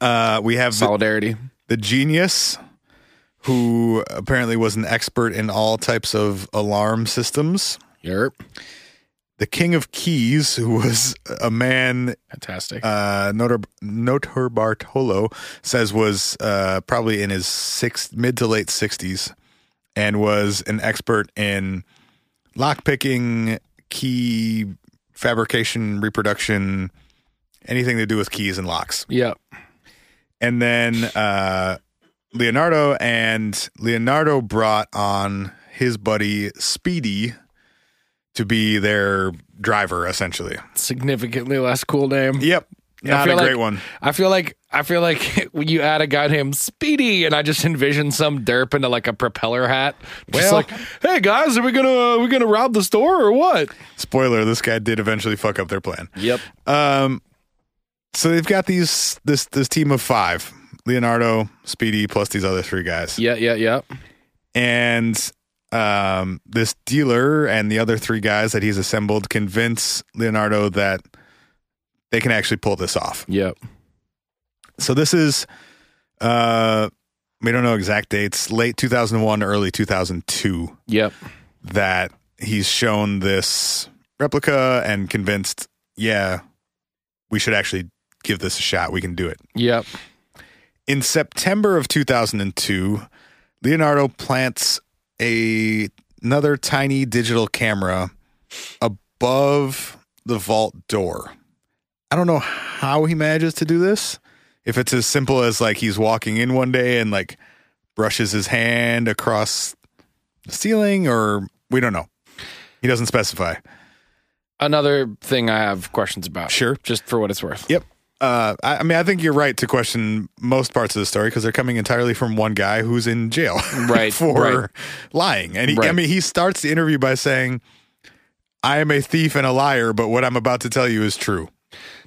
[SPEAKER 2] Uh, we have the-
[SPEAKER 3] Solidarity.
[SPEAKER 2] the genius who apparently was an expert in all types of alarm systems
[SPEAKER 3] Yep.
[SPEAKER 2] the king of keys who was a man
[SPEAKER 3] Fantastic.
[SPEAKER 2] uh notor, notor bartolo says was uh probably in his six mid to late 60s and was an expert in lockpicking key fabrication reproduction anything to do with keys and locks
[SPEAKER 3] yep.
[SPEAKER 2] and then uh, Leonardo and Leonardo brought on his buddy Speedy to be their driver, essentially.
[SPEAKER 3] Significantly less cool name.
[SPEAKER 2] Yep, not a
[SPEAKER 3] feel like-
[SPEAKER 2] great one.
[SPEAKER 3] I feel like I feel like when you add a guy named Speedy, and I just envision some derp into like a propeller hat, just
[SPEAKER 2] Well-
[SPEAKER 3] like, "Hey guys, are we gonna are we gonna rob the store or what?"
[SPEAKER 2] Spoiler: This guy did eventually fuck up their plan.
[SPEAKER 3] Yep.
[SPEAKER 2] Um, so they've got these this this team of five: Leonardo, Speedy, plus these other three guys,
[SPEAKER 3] Yeah. Yeah. Yeah.
[SPEAKER 2] and. Um, this dealer and the other three guys that he's assembled convince Leonardo that they can actually pull this off.
[SPEAKER 3] Yep.
[SPEAKER 2] So this is uh we don't know exact dates, late 2001 early 2002
[SPEAKER 3] Yep.
[SPEAKER 2] that he's shown this replica and convinced, yeah, we should actually give this a shot. We can do it.
[SPEAKER 3] Yep.
[SPEAKER 2] In September of 2002, Leonardo plants a another tiny digital camera above the vault door. I don't know how he manages to do this. If it's as simple as like he's walking in one day and like brushes his hand across the ceiling or we don't know. He doesn't specify.
[SPEAKER 3] Another thing I have questions about.
[SPEAKER 2] Sure.
[SPEAKER 3] Just for what it's worth.
[SPEAKER 2] Yep. Uh, I, I mean, I think you're right to question most parts of the story because they're coming entirely from one guy who's in jail
[SPEAKER 3] Right,
[SPEAKER 2] for
[SPEAKER 3] right.
[SPEAKER 2] lying. And he, I
[SPEAKER 3] Right.
[SPEAKER 2] mean, he starts the interview by saying, I am a thief and a liar, but what I'm about to tell you is true.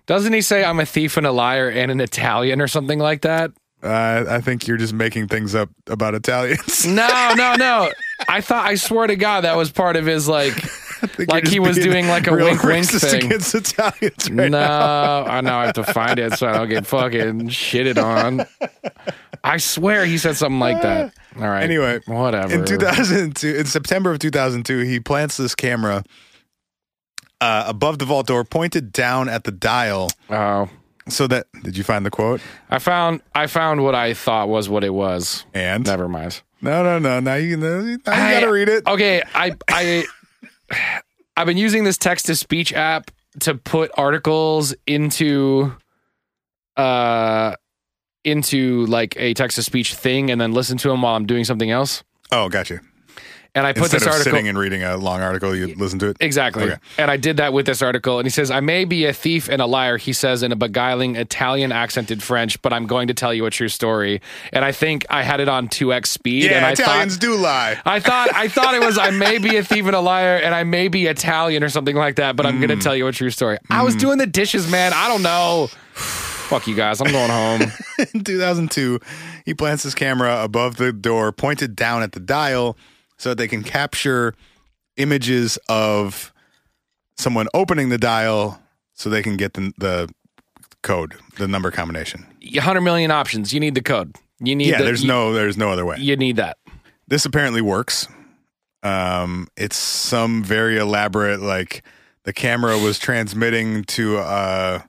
[SPEAKER 3] Doesn't he say I'm a thief and a liar and an Italian or something like that?
[SPEAKER 2] Uh, I think you're just making things up about Italians.
[SPEAKER 3] No, no, no. I thought I swear to God that was part of his like
[SPEAKER 2] I think
[SPEAKER 3] Like
[SPEAKER 2] you're just
[SPEAKER 3] he was
[SPEAKER 2] being
[SPEAKER 3] doing, like, a
[SPEAKER 2] real
[SPEAKER 3] wink, wink
[SPEAKER 2] racist
[SPEAKER 3] thing.
[SPEAKER 2] against Italians right
[SPEAKER 3] no,
[SPEAKER 2] now.
[SPEAKER 3] I know I have to find it so I don't get fucking shitted on. I swear he said something like that. All right.
[SPEAKER 2] Anyway,
[SPEAKER 3] whatever.
[SPEAKER 2] in 2002 in september of 2002 he plants this camera uh, above the vault door pointed down at the dial
[SPEAKER 3] Oh,
[SPEAKER 2] so that did you find the quote
[SPEAKER 3] I found I found what I thought was what it was.
[SPEAKER 2] and
[SPEAKER 3] Never mind.
[SPEAKER 2] no no no now you, now you gotta
[SPEAKER 3] I- uh, oh.
[SPEAKER 2] read it
[SPEAKER 3] Okay, I I I've been using this text to speech app to put articles into uh into like a text to speech thing and then listen to them while I'm doing something else.
[SPEAKER 2] oh gotcha
[SPEAKER 3] And I put
[SPEAKER 2] instead
[SPEAKER 3] this
[SPEAKER 2] of
[SPEAKER 3] article
[SPEAKER 2] sitting and reading a long article you listen to it
[SPEAKER 3] Exactly.
[SPEAKER 2] Okay.
[SPEAKER 3] And I did that with this article. And he says, I may be a thief and a liar, he says in a beguiling Italian accented French, but I'm going to tell you a true story. And I think I had it on 2x speed. and
[SPEAKER 2] yeah
[SPEAKER 3] I
[SPEAKER 2] italians
[SPEAKER 3] Thought,
[SPEAKER 2] do lie
[SPEAKER 3] I thought I thought it was I may be a thief and a liar and I may be Italian or something like that, but I'm gonna
[SPEAKER 2] Mm.
[SPEAKER 3] tell you a true story. I was doing the dishes, man. I don't know. Fuck you guys. I'm going home.
[SPEAKER 2] in 2002 he plants his camera above the door pointed down at the dial so that they can capture images of someone opening the dial so they can get the, the code the number combination
[SPEAKER 3] 100 million options. You need the code. You need
[SPEAKER 2] yeah
[SPEAKER 3] the,
[SPEAKER 2] there's
[SPEAKER 3] you,
[SPEAKER 2] no there's no other way
[SPEAKER 3] you need that.
[SPEAKER 2] this apparently works um it's some very elaborate like the camera was transmitting to a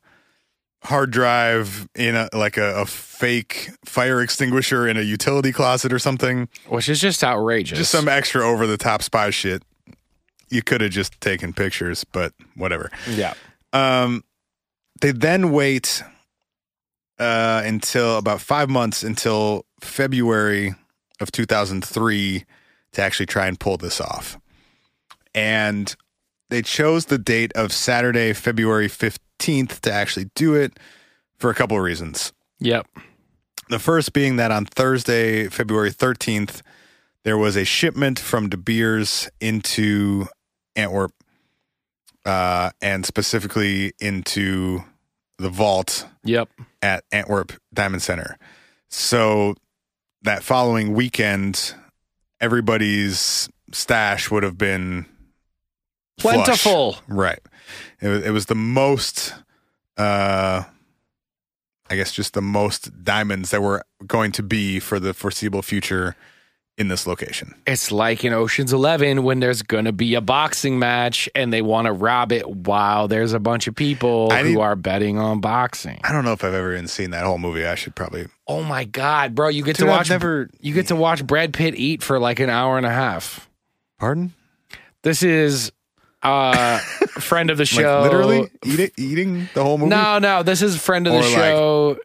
[SPEAKER 2] hard drive in a, like a, a fake fire extinguisher in a utility closet or something.
[SPEAKER 3] which is just outrageous.
[SPEAKER 2] Just some extra over the top spy shit. You could have just taken pictures, but whatever.
[SPEAKER 3] yeah.
[SPEAKER 2] Um, they then wait uh, until about five months until February of 2003 to actually try and pull this off. And they chose the date of Saturday, February 15th to actually do it for a couple of reasons.
[SPEAKER 3] Yep.
[SPEAKER 2] The first being that on Thursday, February 13th, there was a shipment from De Beers into Antwerp uh, and specifically into the vault
[SPEAKER 3] Yep.
[SPEAKER 2] at Antwerp Diamond Center. So that following weekend, everybody's stash would have been flush.
[SPEAKER 3] Plentiful.
[SPEAKER 2] Right. It was, it was the most, uh, I guess, just the most diamonds that were going to be for the foreseeable future in this location.
[SPEAKER 3] It's like in Ocean's Eleven when there's going to be a boxing match and they want to rob it while there's a bunch of people
[SPEAKER 2] I
[SPEAKER 3] who
[SPEAKER 2] didn't-
[SPEAKER 3] are betting on boxing.
[SPEAKER 2] I don't know if I've ever even seen that whole movie. I should probably.
[SPEAKER 3] Oh my god, bro! You get
[SPEAKER 2] Dude,
[SPEAKER 3] to
[SPEAKER 2] I've
[SPEAKER 3] watch
[SPEAKER 2] never-
[SPEAKER 3] you get to watch Brad Pitt eat for like an hour and a half.
[SPEAKER 2] Pardon?
[SPEAKER 3] This is uh friend of the
[SPEAKER 2] Like
[SPEAKER 3] show.
[SPEAKER 2] literally eat it, eating the whole movie.
[SPEAKER 3] No, no, this is friend of the
[SPEAKER 2] Or, like-
[SPEAKER 3] show.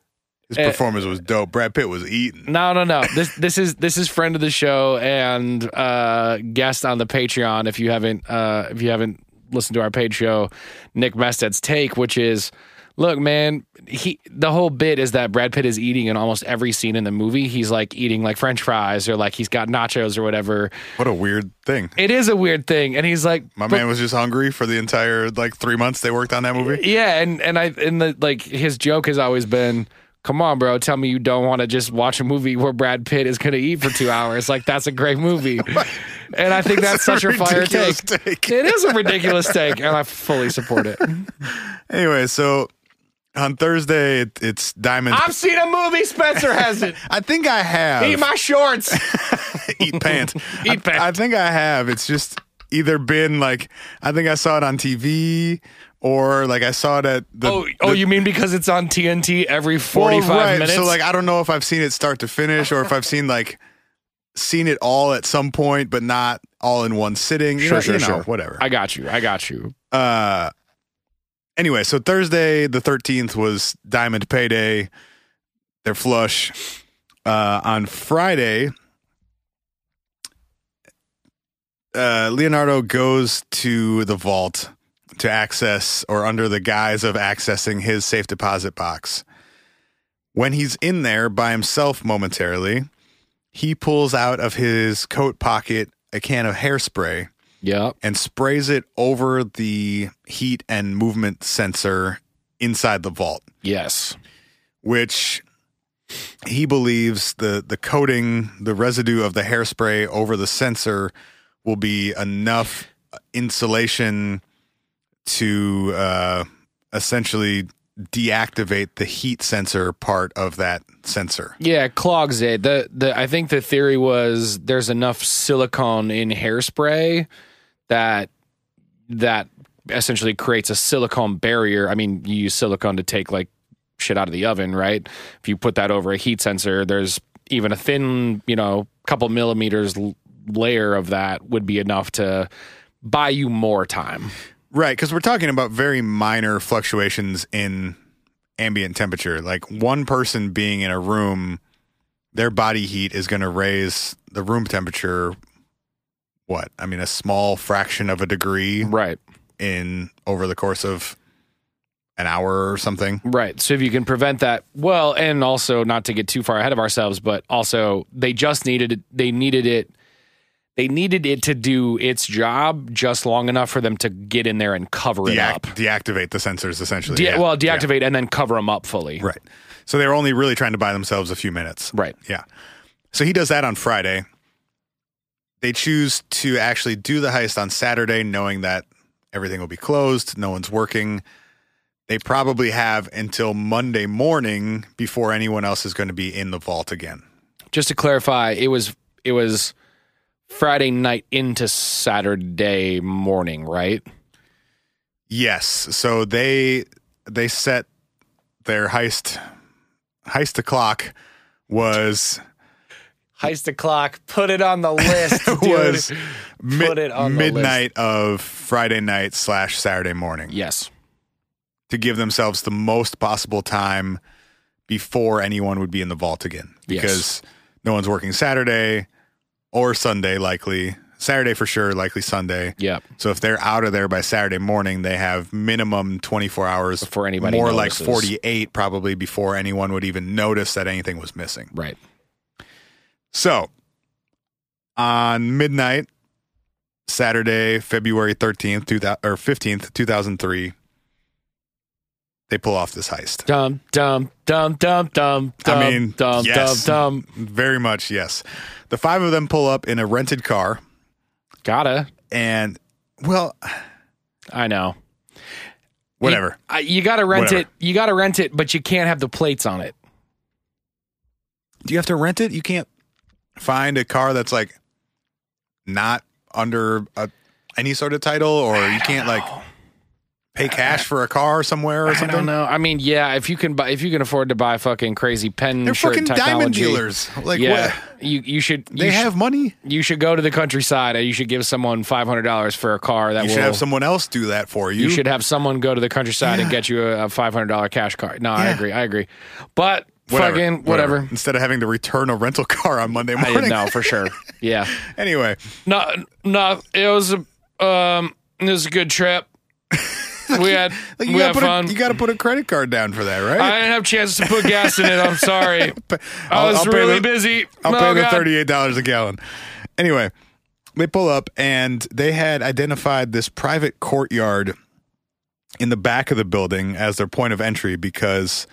[SPEAKER 2] His
[SPEAKER 3] eh.
[SPEAKER 2] performance was dope. Brad Pitt was eating.
[SPEAKER 3] No, no, no. This this is this is friend of the show and uh, guest on the Patreon. If you haven't uh, if you haven't listened to our paid show, Nick Mested's take, which is, look, man, he the whole bit is that Brad Pitt is eating in almost every scene in the movie. He's like eating like French fries or like he's got nachos or whatever.
[SPEAKER 2] What a weird thing.
[SPEAKER 3] It is a weird thing, and he's like,
[SPEAKER 2] My
[SPEAKER 3] but-
[SPEAKER 2] man was just hungry for the entire like three months they worked on that movie.
[SPEAKER 3] Yeah, and and I and the like his joke has always been, "Come on, bro, tell me you don't want to just watch a movie where Brad Pitt is going to eat for two hours. Like that's a great movie." and I think that's, such a, fire take.
[SPEAKER 2] ridiculous take.
[SPEAKER 3] It is a ridiculous take, and I fully support it.
[SPEAKER 2] Anyway, so on Thursday it, it's Diamond.
[SPEAKER 3] I've seen a movie Spencer hasn't.
[SPEAKER 2] I think I have
[SPEAKER 3] Eat my shorts.
[SPEAKER 2] eat pants.
[SPEAKER 3] Eat
[SPEAKER 2] I-
[SPEAKER 3] pant.
[SPEAKER 2] I, think I have. It's just either been like I think I saw it on TV or like I saw it at the
[SPEAKER 3] oh, oh,
[SPEAKER 2] the-
[SPEAKER 3] you mean because it's on TNT every forty-five
[SPEAKER 2] Well, right.
[SPEAKER 3] minutes?
[SPEAKER 2] So like I don't know if I've seen it start to finish or if I've seen like seen it all at some point but not all in one sitting. You
[SPEAKER 3] Sure,
[SPEAKER 2] know,
[SPEAKER 3] sure,
[SPEAKER 2] you know,
[SPEAKER 3] sure.
[SPEAKER 2] Whatever.
[SPEAKER 3] I got you. I got you.
[SPEAKER 2] uh anyway so thursday the 13th was diamond payday they're flush uh on friday uh leonardo goes to the vault to access or under the guise of accessing his safe deposit box when he's in there by himself momentarily he pulls out of his coat pocket a can of hairspray
[SPEAKER 3] Yep.
[SPEAKER 2] and sprays it over the heat and movement sensor inside the vault,
[SPEAKER 3] Yes.
[SPEAKER 2] which he believes the, the coating, the residue of the hairspray over the sensor will be enough insulation to uh, essentially deactivate the heat sensor part of that sensor.
[SPEAKER 3] Yeah, it clogs it. The the I think the theory was there's enough silicone in hairspray that that essentially creates a silicone barrier. I mean, you use silicone to take like shit out of the oven, right? If you put that over a heat sensor, there's even a thin, you know, couple millimeters l- layer of that would be enough to buy you more time.
[SPEAKER 2] Right, because we're talking about very minor fluctuations in ambient temperature. Like one person being in a room, their body heat is going to raise the room temperature. What I mean, a small fraction of a degree
[SPEAKER 3] Right.
[SPEAKER 2] in over the course of an hour or something.
[SPEAKER 3] Right. So if you can prevent that, well, and also not to get too far ahead of ourselves, but also they just needed it, they needed it they needed it to do its job just long enough for them to get in there and cover it
[SPEAKER 2] Deac-
[SPEAKER 3] up.
[SPEAKER 2] deactivate the sensors essentially.
[SPEAKER 3] De-
[SPEAKER 2] Yeah.
[SPEAKER 3] Well, deactivate and then cover them up fully.
[SPEAKER 2] Yeah. Right. So they were only really trying to buy themselves a few minutes.
[SPEAKER 3] Right.
[SPEAKER 2] Yeah. So he does that on Friday. They choose to actually do the heist on Saturday, knowing that everything will be closed, no one's working. They probably have until Monday morning before anyone else is going to be in the vault again.
[SPEAKER 3] Just to clarify, it was it was Friday night into Saturday morning, right?
[SPEAKER 2] Yes. So they they set their heist heist o'clock was
[SPEAKER 3] Heist the clock. Put it on the list. dude.
[SPEAKER 2] was mi-
[SPEAKER 3] Put it on the list.
[SPEAKER 2] midnight of Friday night slash Saturday morning
[SPEAKER 3] yes.
[SPEAKER 2] to give themselves the most possible time before anyone would be in the vault again
[SPEAKER 3] Yes.
[SPEAKER 2] because no one's working Saturday or Sunday likely Saturday for sure likely Sunday
[SPEAKER 3] Yep.
[SPEAKER 2] So if they're out of there by Saturday morning, they have minimum 24 hours
[SPEAKER 3] Before anybody
[SPEAKER 2] more
[SPEAKER 3] notices.
[SPEAKER 2] like 48 probably before anyone would even notice that anything was missing.
[SPEAKER 3] Right.
[SPEAKER 2] So on midnight Saturday, February 13th, 2000, or 15th, 2003, they pull off this heist.
[SPEAKER 3] Dum dum dum dum dum.
[SPEAKER 2] I
[SPEAKER 3] dum,
[SPEAKER 2] mean,
[SPEAKER 3] dum
[SPEAKER 2] yes.
[SPEAKER 3] dum dum.
[SPEAKER 2] Very much, yes. The five of them pull up in a rented car
[SPEAKER 3] Gotta.
[SPEAKER 2] and well,
[SPEAKER 3] I know.
[SPEAKER 2] whatever.
[SPEAKER 3] You, I- you gotta rent
[SPEAKER 2] Whatever.
[SPEAKER 3] it. You gotta rent it, but you can't have the plates on it.
[SPEAKER 2] Do you have to rent it? You can't find a car that's like not under a, any sort of title, or you can't like pay cash for a car somewhere or
[SPEAKER 3] Uh, I don't
[SPEAKER 2] something.
[SPEAKER 3] know. I mean, yeah, if you can buy, if you can afford to buy fucking crazy pen,
[SPEAKER 2] They're
[SPEAKER 3] shirt
[SPEAKER 2] fucking diamond
[SPEAKER 3] technology,
[SPEAKER 2] dealers. Like,
[SPEAKER 3] yeah,
[SPEAKER 2] what?
[SPEAKER 3] you you should. You
[SPEAKER 2] They
[SPEAKER 3] sh-
[SPEAKER 2] have money.
[SPEAKER 3] You should go to the countryside. and You should give someone five hundred dollars for a car that
[SPEAKER 2] You
[SPEAKER 3] will.
[SPEAKER 2] should have someone else do that for you.
[SPEAKER 3] you should have someone go to the countryside and
[SPEAKER 2] Yeah.
[SPEAKER 3] get you a, a five hundred dollar cash card. No, I
[SPEAKER 2] Yeah.
[SPEAKER 3] agree. I agree. But fucking whatever.
[SPEAKER 2] Instead of having to return a rental car on Monday
[SPEAKER 3] I didn't
[SPEAKER 2] morning.
[SPEAKER 3] know for sure. Yeah.
[SPEAKER 2] anyway,
[SPEAKER 3] No, no. It was a um. It was a good trip. We had
[SPEAKER 2] like,
[SPEAKER 3] we
[SPEAKER 2] you gotta,
[SPEAKER 3] had
[SPEAKER 2] put
[SPEAKER 3] fun.
[SPEAKER 2] a, you gotta put a credit card down for that, right?
[SPEAKER 3] I didn't have a chance to put gas in it. I'm sorry. I
[SPEAKER 2] I'll-
[SPEAKER 3] was
[SPEAKER 2] I'll pay
[SPEAKER 3] really
[SPEAKER 2] the-
[SPEAKER 3] busy.
[SPEAKER 2] I'll
[SPEAKER 3] Oh,
[SPEAKER 2] pay the
[SPEAKER 3] God.
[SPEAKER 2] thirty-eight dollars a gallon. Anyway, they pull up and they had identified this private courtyard in the back of the building as their point of entry because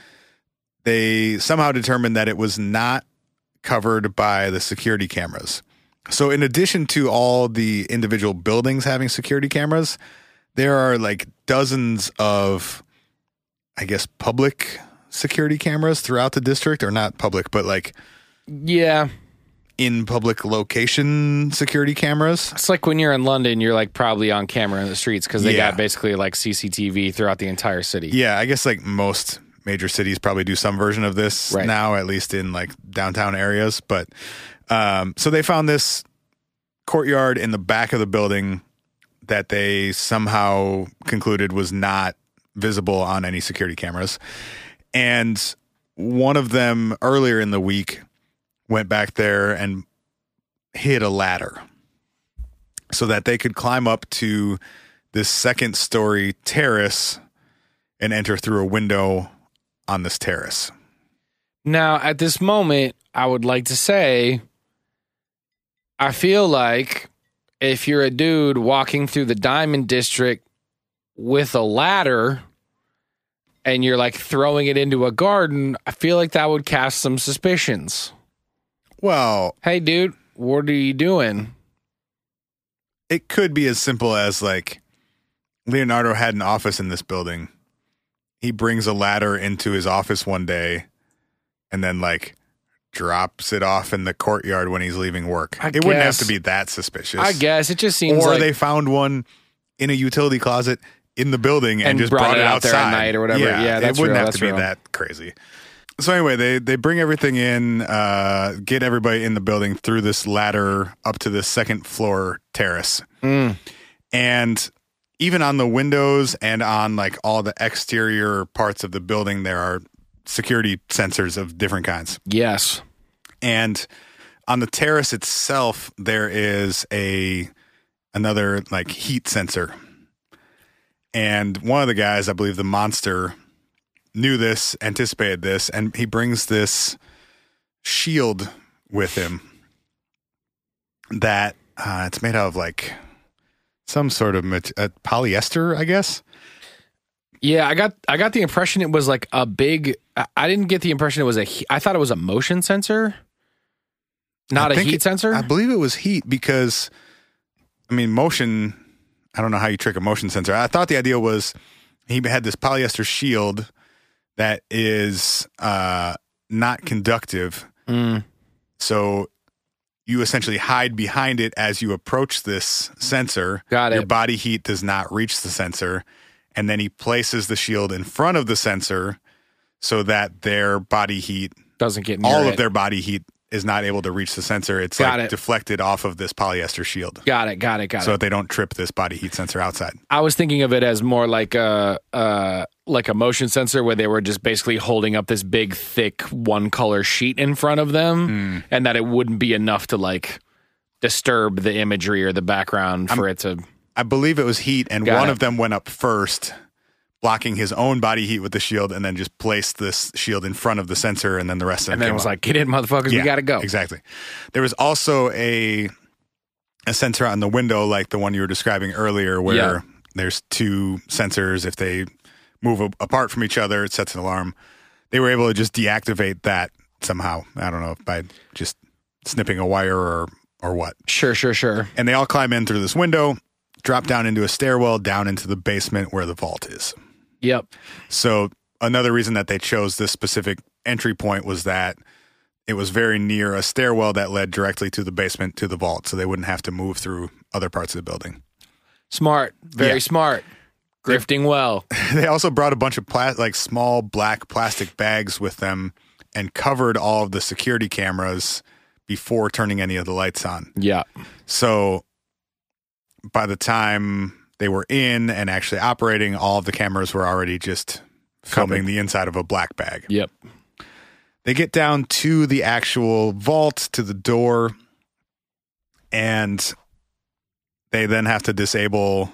[SPEAKER 2] they somehow determined that it was not covered by the security cameras. So, in addition to all the individual buildings having security cameras, there are like dozens of, I guess, public security cameras throughout the district, or not public, but like
[SPEAKER 3] Yeah.
[SPEAKER 2] in public location security cameras.
[SPEAKER 3] It's like when you're in London, you're like probably on camera in the streets because they
[SPEAKER 2] Yeah.
[SPEAKER 3] got basically like CCTV throughout the entire city.
[SPEAKER 2] Yeah, I guess like most major cities probably do some version of this
[SPEAKER 3] Right.
[SPEAKER 2] now, at least in like downtown areas. But um, so they found this courtyard in the back of the building that they somehow concluded was not visible on any security cameras. And one of them earlier in the week went back there and hid a ladder so that they could climb up to this second story terrace and enter through a window on this terrace.
[SPEAKER 3] Now, at this moment, I would like to say I feel like if you're a dude walking through the Diamond District with a ladder and you're like throwing it into a garden, I feel like that would cast some suspicions.
[SPEAKER 2] Well,
[SPEAKER 3] Hey, dude, what are you doing?
[SPEAKER 2] it could be as simple as like Leonardo had an office in this building. He brings a ladder into his office one day and then like drops it off in the courtyard when he's leaving work.
[SPEAKER 3] I
[SPEAKER 2] it wouldn't have
[SPEAKER 3] guess.
[SPEAKER 2] to be that suspicious.
[SPEAKER 3] I guess it just seems
[SPEAKER 2] Or
[SPEAKER 3] like
[SPEAKER 2] they found one in a utility closet in the building and,
[SPEAKER 3] And
[SPEAKER 2] just
[SPEAKER 3] brought
[SPEAKER 2] brought,
[SPEAKER 3] it
[SPEAKER 2] it,
[SPEAKER 3] out there
[SPEAKER 2] outside
[SPEAKER 3] at night or whatever. Yeah, that's
[SPEAKER 2] it wouldn't
[SPEAKER 3] real,
[SPEAKER 2] have
[SPEAKER 3] that's
[SPEAKER 2] to be
[SPEAKER 3] real.
[SPEAKER 2] that crazy. So anyway, they they bring everything in, uh, get everybody in the building through this ladder up to this second floor terrace,
[SPEAKER 3] Mm.
[SPEAKER 2] and even on the windows and on like all the exterior parts of the building, there are security sensors of different kinds.
[SPEAKER 3] yes.
[SPEAKER 2] And on the terrace itself, there is a another like heat sensor. And one of the guys, I believe the monster, knew this, anticipated this, and he brings this shield with him that uh, it's made out of like some sort of mat- uh, polyester, I guess.
[SPEAKER 3] Yeah, I got I got the impression it was like a big. I- I didn't get the impression it was a. he- I thought it was a motion sensor, not
[SPEAKER 2] I
[SPEAKER 3] a
[SPEAKER 2] think
[SPEAKER 3] heat
[SPEAKER 2] it-
[SPEAKER 3] sensor.
[SPEAKER 2] I believe it was heat because, I mean, motion. I don't know how you trick a motion sensor. I thought the idea was he had this polyester shield that is uh, not conductive,
[SPEAKER 3] Mm,
[SPEAKER 2] so you essentially hide behind it as you approach this sensor.
[SPEAKER 3] got
[SPEAKER 2] Your
[SPEAKER 3] it.
[SPEAKER 2] body heat does not reach the sensor, and then he places the shield in front of the sensor so that their body heat,
[SPEAKER 3] Doesn't get near
[SPEAKER 2] all
[SPEAKER 3] it.
[SPEAKER 2] of their body heat, is not able to reach the sensor. It's
[SPEAKER 3] Got
[SPEAKER 2] like
[SPEAKER 3] it.
[SPEAKER 2] deflected off of this polyester shield,
[SPEAKER 3] Got it. Got it. Got
[SPEAKER 2] so
[SPEAKER 3] it.
[SPEAKER 2] that they don't trip this body heat sensor outside.
[SPEAKER 3] I was thinking of it as more like a uh, like a motion sensor where they were just basically holding up this big thick one color sheet in front of
[SPEAKER 2] Hmm.
[SPEAKER 3] them, and that it wouldn't be enough to like disturb the imagery or the background for it to.
[SPEAKER 2] I believe it was heat, and
[SPEAKER 3] Got
[SPEAKER 2] one
[SPEAKER 3] it.
[SPEAKER 2] of them went up first, blocking his own body heat with the shield, and then just placed this shield in front of the sensor, and then the rest of them.
[SPEAKER 3] And then it
[SPEAKER 2] came
[SPEAKER 3] was
[SPEAKER 2] up.
[SPEAKER 3] like, "Get in, motherfuckers! we
[SPEAKER 2] Yeah,
[SPEAKER 3] gotta go."
[SPEAKER 2] Exactly. There was also a a sensor on the window, like the one you were describing earlier, where
[SPEAKER 3] Yeah.
[SPEAKER 2] there's two sensors. If they move a- apart from each other, it sets an alarm. They were able to just deactivate that somehow. I don't know by just snipping a wire or or what.
[SPEAKER 3] Sure, sure, sure.
[SPEAKER 2] And they all climb in through this window, drop down into a stairwell, down into the basement where the vault is.
[SPEAKER 3] Yep.
[SPEAKER 2] So another reason that they chose this specific entry point was that it was very near a stairwell that led directly to the basement to the vault, so they wouldn't have to move through other parts of the building.
[SPEAKER 3] Smart. Very
[SPEAKER 2] Yeah.
[SPEAKER 3] smart. Grifting well.
[SPEAKER 2] They also brought a bunch of pla- like small black plastic bags with them and covered all of the security cameras before turning any of the lights on.
[SPEAKER 3] yeah.
[SPEAKER 2] So by the time they were in and actually operating, all of the cameras were already just filming the inside of a black bag.
[SPEAKER 3] Yep.
[SPEAKER 2] They get down to the actual vault, to the door, and they then have to disable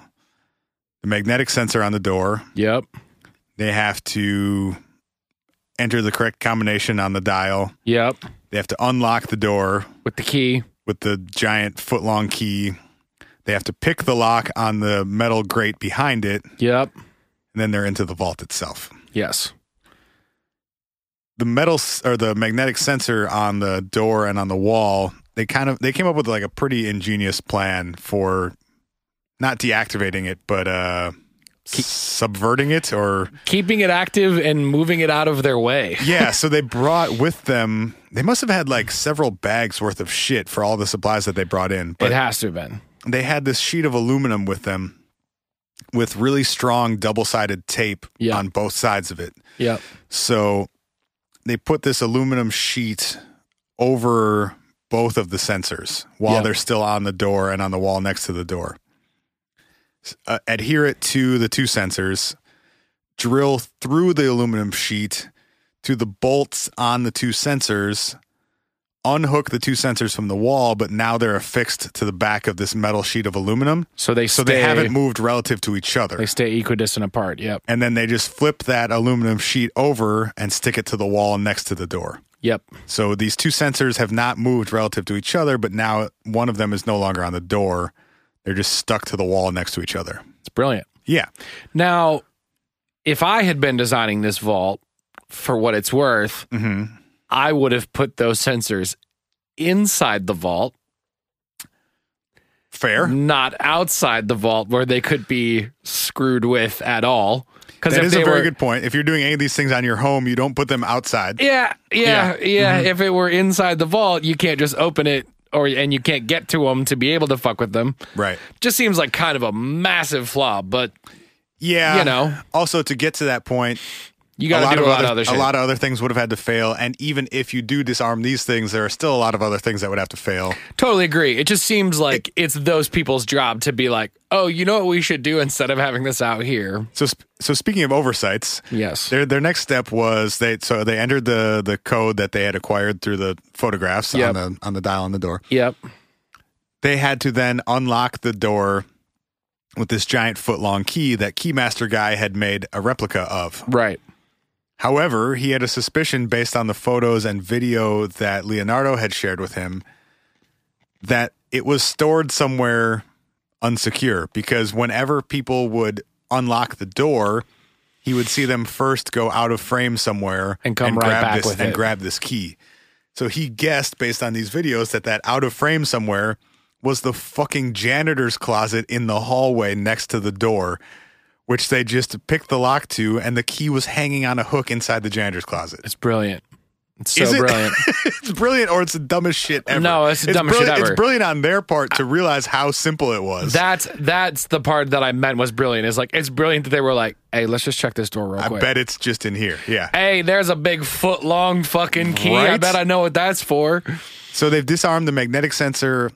[SPEAKER 2] the magnetic sensor on the door.
[SPEAKER 3] Yep.
[SPEAKER 2] They have to enter the correct combination on the dial.
[SPEAKER 3] Yep.
[SPEAKER 2] They have to unlock the door
[SPEAKER 3] With the key.
[SPEAKER 2] with the giant foot long key. They have to pick the lock on the metal grate behind it, and
[SPEAKER 3] Yep.
[SPEAKER 2] then they're into the vault itself.
[SPEAKER 3] Yes.
[SPEAKER 2] the metal s- or the magnetic sensor on the door and on the wall they kind of they came up with like a pretty ingenious plan for not deactivating it but uh subverting it or
[SPEAKER 3] Keeping it active and moving it out of their way.
[SPEAKER 2] yeah so they brought with them they must have had like several bags worth of shit for all the supplies that they brought in but
[SPEAKER 3] it has to have been.
[SPEAKER 2] they had this sheet of aluminum with them with really strong double-sided tape
[SPEAKER 3] Yeah.
[SPEAKER 2] on both sides of it
[SPEAKER 3] Yep.
[SPEAKER 2] So they put this aluminum sheet over both of the sensors while
[SPEAKER 3] Yeah.
[SPEAKER 2] they're still on the door and on the wall next to the door. S- Uh, adhere it to the two sensors, drill through the aluminum sheet to the bolts on the two sensors, unhook the two sensors from the wall, but now they're affixed to the back of this metal sheet of aluminum.
[SPEAKER 3] So they
[SPEAKER 2] So they haven't moved relative to each other
[SPEAKER 3] They stay equidistant apart. Yep.
[SPEAKER 2] and then they just flip that aluminum sheet over and stick it to the wall next to the door.
[SPEAKER 3] Yep.
[SPEAKER 2] So these two sensors have not moved relative to each other, but now one of them is no longer on the door. They're just stuck to the wall next to each other.
[SPEAKER 3] It's brilliant.
[SPEAKER 2] Yeah.
[SPEAKER 3] Now, if I had been designing this vault for what it's worth,
[SPEAKER 2] hmm
[SPEAKER 3] I would have put those sensors inside the vault,
[SPEAKER 2] Fair.
[SPEAKER 3] not outside the vault where they could be screwed with at all. Because
[SPEAKER 2] That is a very good point. If you're doing any of these things on your home, you don't put them outside.
[SPEAKER 3] Yeah, yeah, yeah.
[SPEAKER 2] Yeah. Mm-hmm.
[SPEAKER 3] If it were inside the vault, you can't just open it, or and you can't get to them to be able to fuck with them.
[SPEAKER 2] Right.
[SPEAKER 3] Just seems like kind of a massive flaw, but
[SPEAKER 2] Yeah.
[SPEAKER 3] You know.
[SPEAKER 2] Also, to get to that point, a
[SPEAKER 3] you got
[SPEAKER 2] lot,
[SPEAKER 3] to do
[SPEAKER 2] of
[SPEAKER 3] a lot
[SPEAKER 2] other,
[SPEAKER 3] of other shit.
[SPEAKER 2] a lot of other things would have had to fail. And even if you do disarm these things, there are still a lot of other things that would have to fail.
[SPEAKER 3] Totally agree. It just seems like it's those people's job to be like, oh, you know what we should do instead of having this out here.
[SPEAKER 2] So, sp- so speaking of oversights,
[SPEAKER 3] Yes.
[SPEAKER 2] Their their next step was they so they entered the the code that they had acquired through the photographs
[SPEAKER 3] Yep.
[SPEAKER 2] on the on the dial on the door.
[SPEAKER 3] Yep.
[SPEAKER 2] They had to then unlock the door with this giant foot long key that Keymaster guy had made a replica of.
[SPEAKER 3] Right.
[SPEAKER 2] However, he had a suspicion based on the photos and video that Leonardo had shared with him that it was stored somewhere unsecure because whenever people would unlock the door, he would see them first go out of frame somewhere
[SPEAKER 3] And come right
[SPEAKER 2] grab
[SPEAKER 3] back
[SPEAKER 2] this,
[SPEAKER 3] with
[SPEAKER 2] and
[SPEAKER 3] it.
[SPEAKER 2] grab this key. So he guessed based on these videos that that out of frame somewhere was the fucking janitor's closet in the hallway next to the door which they just picked the lock to, and the key was hanging on a hook inside the janitor's closet.
[SPEAKER 3] It's brilliant. It's so
[SPEAKER 2] Is it-
[SPEAKER 3] brilliant.
[SPEAKER 2] it's brilliant, or it's the dumbest shit ever.
[SPEAKER 3] No, it's the dumbest shit
[SPEAKER 2] brilliant-
[SPEAKER 3] ever.
[SPEAKER 2] It's brilliant on their part to realize how simple it was.
[SPEAKER 3] That's that's the part that I meant was brilliant. Is like it's brilliant that they were like, "Hey, let's just check this door real
[SPEAKER 2] I
[SPEAKER 3] quick."
[SPEAKER 2] bet it's just in here. Yeah.
[SPEAKER 3] Hey, there's a big foot long fucking key. I
[SPEAKER 2] Right?
[SPEAKER 3] bet I know what that's for.
[SPEAKER 2] So they've disarmed the magnetic sensor.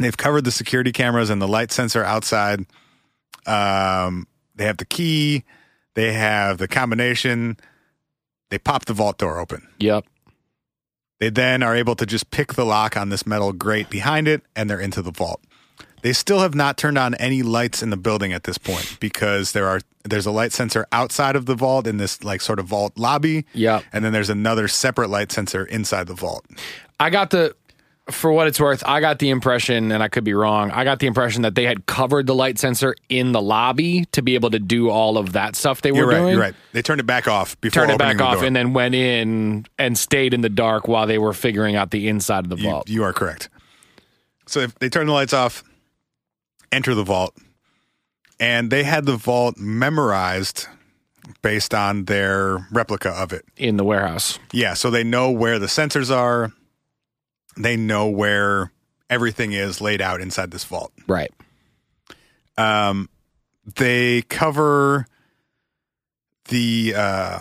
[SPEAKER 2] They've covered the security cameras and the light sensor outside. Um, they have the key. They have the combination. They pop the vault door open.
[SPEAKER 3] Yep.
[SPEAKER 2] They then are able to just pick the lock on this metal grate behind it, and they're into the vault. They still have not turned on any lights in the building at this point because there are there's a light sensor outside of the vault in this like sort of vault lobby,
[SPEAKER 3] Yep.
[SPEAKER 2] and then there's another separate light sensor inside the vault.
[SPEAKER 3] I got the for what it's worth, I got the impression, and I could be wrong, I got the impression that they had covered the light sensor in the lobby to be able to do all of that stuff they
[SPEAKER 2] You're
[SPEAKER 3] were
[SPEAKER 2] right.
[SPEAKER 3] doing.
[SPEAKER 2] You're right. They turned it back off before
[SPEAKER 3] Turned it
[SPEAKER 2] opening
[SPEAKER 3] back
[SPEAKER 2] the
[SPEAKER 3] off
[SPEAKER 2] door.
[SPEAKER 3] and then went in and stayed in the dark while they were figuring out the inside of the
[SPEAKER 2] you,
[SPEAKER 3] vault.
[SPEAKER 2] you are correct. So if they turn the lights off, enter the vault, and they had the vault memorized based on their replica of it.
[SPEAKER 3] in the warehouse.
[SPEAKER 2] Yeah, so they know where the sensors are. They know where everything is laid out inside this vault.
[SPEAKER 3] Right.
[SPEAKER 2] Um, they cover the uh,